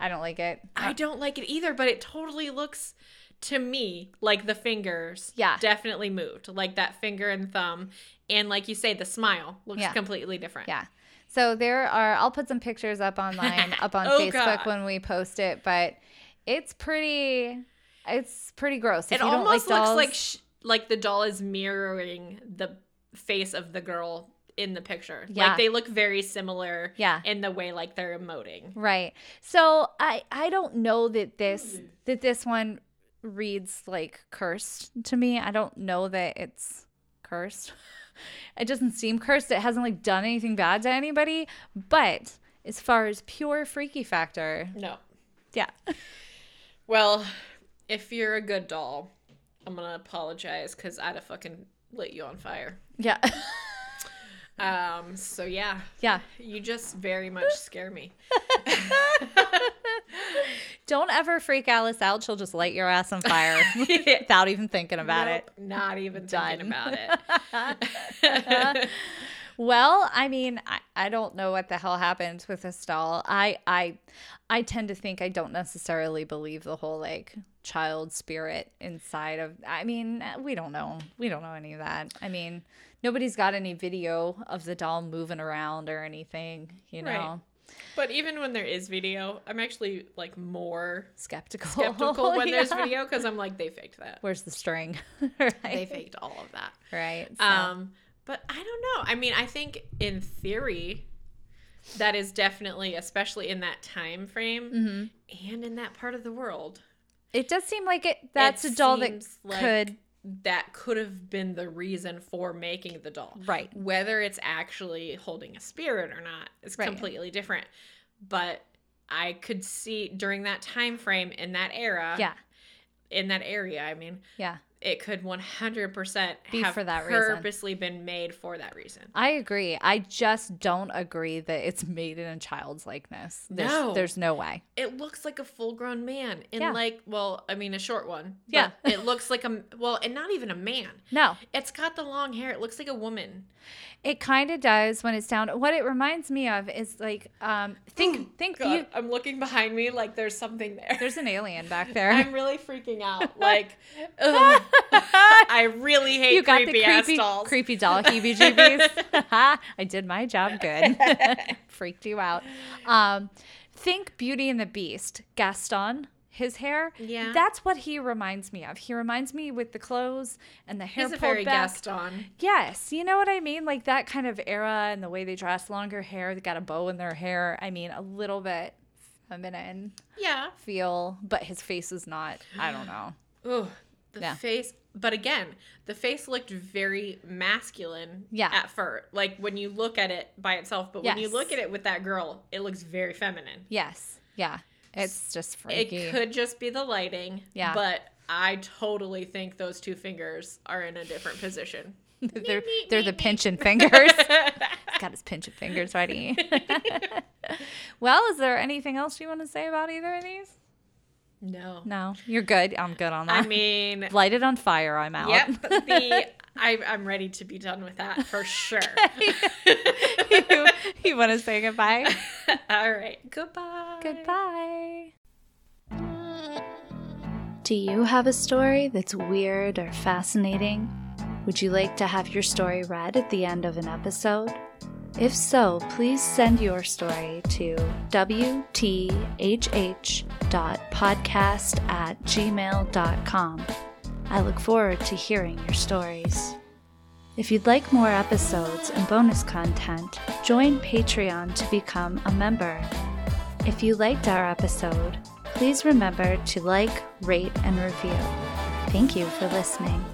[SPEAKER 1] I don't like it. Uh,
[SPEAKER 2] I don't like it either, but it totally looks to me like the fingers
[SPEAKER 1] Yeah.
[SPEAKER 2] definitely moved. Like that finger and thumb. And like you say, the smile looks
[SPEAKER 1] Yeah.
[SPEAKER 2] completely different.
[SPEAKER 1] yeah. So there are I'll put some pictures up online up on
[SPEAKER 2] Oh,
[SPEAKER 1] Facebook
[SPEAKER 2] God.
[SPEAKER 1] when we post it, but it's pretty it's pretty gross. If
[SPEAKER 2] It
[SPEAKER 1] you don't
[SPEAKER 2] almost
[SPEAKER 1] like
[SPEAKER 2] looks
[SPEAKER 1] dolls,
[SPEAKER 2] like sh- like the doll is mirroring the face of the girl in the picture.
[SPEAKER 1] Yeah.
[SPEAKER 2] Like they look very similar
[SPEAKER 1] Yeah.
[SPEAKER 2] in the way like they're emoting.
[SPEAKER 1] Right. So I I don't know that this that this one reads like cursed to me. I don't know that it's cursed. it doesn't seem cursed. It hasn't like done anything bad to anybody, but as far as pure freaky factor,
[SPEAKER 2] No.
[SPEAKER 1] yeah.
[SPEAKER 2] Well, if you're a good doll, I'm gonna apologize because I'd have fucking lit you on fire.
[SPEAKER 1] Yeah.
[SPEAKER 2] Um, so yeah.
[SPEAKER 1] yeah.
[SPEAKER 2] You just very much scare me.
[SPEAKER 1] Don't ever freak Alice out. She'll just light your ass on fire without even thinking about it.
[SPEAKER 2] Nope, Not even
[SPEAKER 1] Done.
[SPEAKER 2] thinking about it.
[SPEAKER 1] Well, I mean, I, I don't know what the hell happened with this doll. I I I tend to think I don't necessarily believe the whole like child spirit inside of I mean, we don't know. We don't know any of that. I mean, nobody's got any video of the doll moving around or anything, you know.
[SPEAKER 2] Right. but even when there is video, I'm actually like more
[SPEAKER 1] Skeptical.
[SPEAKER 2] skeptical when there's
[SPEAKER 1] Oh, Yeah.
[SPEAKER 2] video because I'm like, they faked that.
[SPEAKER 1] Where's the string? right.
[SPEAKER 2] They faked all of that.
[SPEAKER 1] right. so-
[SPEAKER 2] Um, but I don't know. I mean, I think in theory, that is definitely, especially in that time frame
[SPEAKER 1] Mm.
[SPEAKER 2] and in that part of the world,
[SPEAKER 1] Mm-hmm. it does seem like it that's
[SPEAKER 2] it
[SPEAKER 1] a doll that
[SPEAKER 2] seems like-
[SPEAKER 1] could
[SPEAKER 2] that could have been the reason for making the doll.
[SPEAKER 1] Right.
[SPEAKER 2] Whether it's actually holding a spirit or not is
[SPEAKER 1] Right.
[SPEAKER 2] completely different. But I could see during that time frame in that era,
[SPEAKER 1] Yeah.
[SPEAKER 2] in that area, I mean,
[SPEAKER 1] Yeah.
[SPEAKER 2] it could 100%
[SPEAKER 1] Be
[SPEAKER 2] have
[SPEAKER 1] for that reason.
[SPEAKER 2] purposely been made for that reason.
[SPEAKER 1] I agree. I just don't agree that it's made in a child's likeness. There's,
[SPEAKER 2] No.
[SPEAKER 1] There's no way.
[SPEAKER 2] It looks like a full-grown man in
[SPEAKER 1] Yeah.
[SPEAKER 2] like, well, I mean a short one. but
[SPEAKER 1] Yeah.
[SPEAKER 2] it looks like a well, and not even a man.
[SPEAKER 1] No.
[SPEAKER 2] It's got the long hair. It looks like a woman.
[SPEAKER 1] It kind of does when it's down. What it reminds me of is like, um, think, think
[SPEAKER 2] Oh, God,
[SPEAKER 1] you,
[SPEAKER 2] I'm looking behind me like there's something there.
[SPEAKER 1] there's an alien back there.
[SPEAKER 2] I'm really freaking out. Like, ugh. I really hate
[SPEAKER 1] you got
[SPEAKER 2] creepy,
[SPEAKER 1] the
[SPEAKER 2] ass
[SPEAKER 1] creepy,
[SPEAKER 2] dolls.
[SPEAKER 1] creepy doll heebie-jeebies. I did my job good. Freaked you out. Um, think Beauty and the Beast. Gaston, his hair.
[SPEAKER 2] Yeah.
[SPEAKER 1] That's what he reminds me of. He reminds me with the clothes and the hair
[SPEAKER 2] He's a
[SPEAKER 1] pulled
[SPEAKER 2] very
[SPEAKER 1] back.
[SPEAKER 2] Gaston.
[SPEAKER 1] Yes, you know what I mean? Like that kind of era and the way they dress, longer hair, they got a bow in their hair. I mean, a little bit feminine
[SPEAKER 2] Yeah.
[SPEAKER 1] feel, but his face is not. I don't know.
[SPEAKER 2] Ooh, the
[SPEAKER 1] Yeah.
[SPEAKER 2] face. But again, the face looked very masculine.
[SPEAKER 1] Yeah.
[SPEAKER 2] At first, like when you look at it by itself, but when you
[SPEAKER 1] Yes.
[SPEAKER 2] look at it with that girl, it looks very feminine.
[SPEAKER 1] Yes, yeah, it's just freaky.
[SPEAKER 2] It could just be the lighting.
[SPEAKER 1] Yeah.
[SPEAKER 2] But I totally think those two fingers are in a different position.
[SPEAKER 1] they're they're the pinching fingers. got his pinching fingers ready. well, is there anything else you want to say about either of these?
[SPEAKER 2] No.
[SPEAKER 1] No, you're good. I'm good on that.
[SPEAKER 2] I mean,
[SPEAKER 1] Light it on fire. I'm out.
[SPEAKER 2] yep. The I, I'm ready to be done with that for sure.
[SPEAKER 1] you you want to say goodbye?
[SPEAKER 2] All right. Goodbye.
[SPEAKER 1] Goodbye. Do you have a story that's weird or fascinating? Would you like to have your story read at the end of an episode? If so, please send your story to wthh.podcast at gmail.com. I look forward to hearing your stories. If you'd like more episodes and bonus content, join Patreon to become a member. If you liked our episode, please remember to like, rate, and review. Thank you for listening.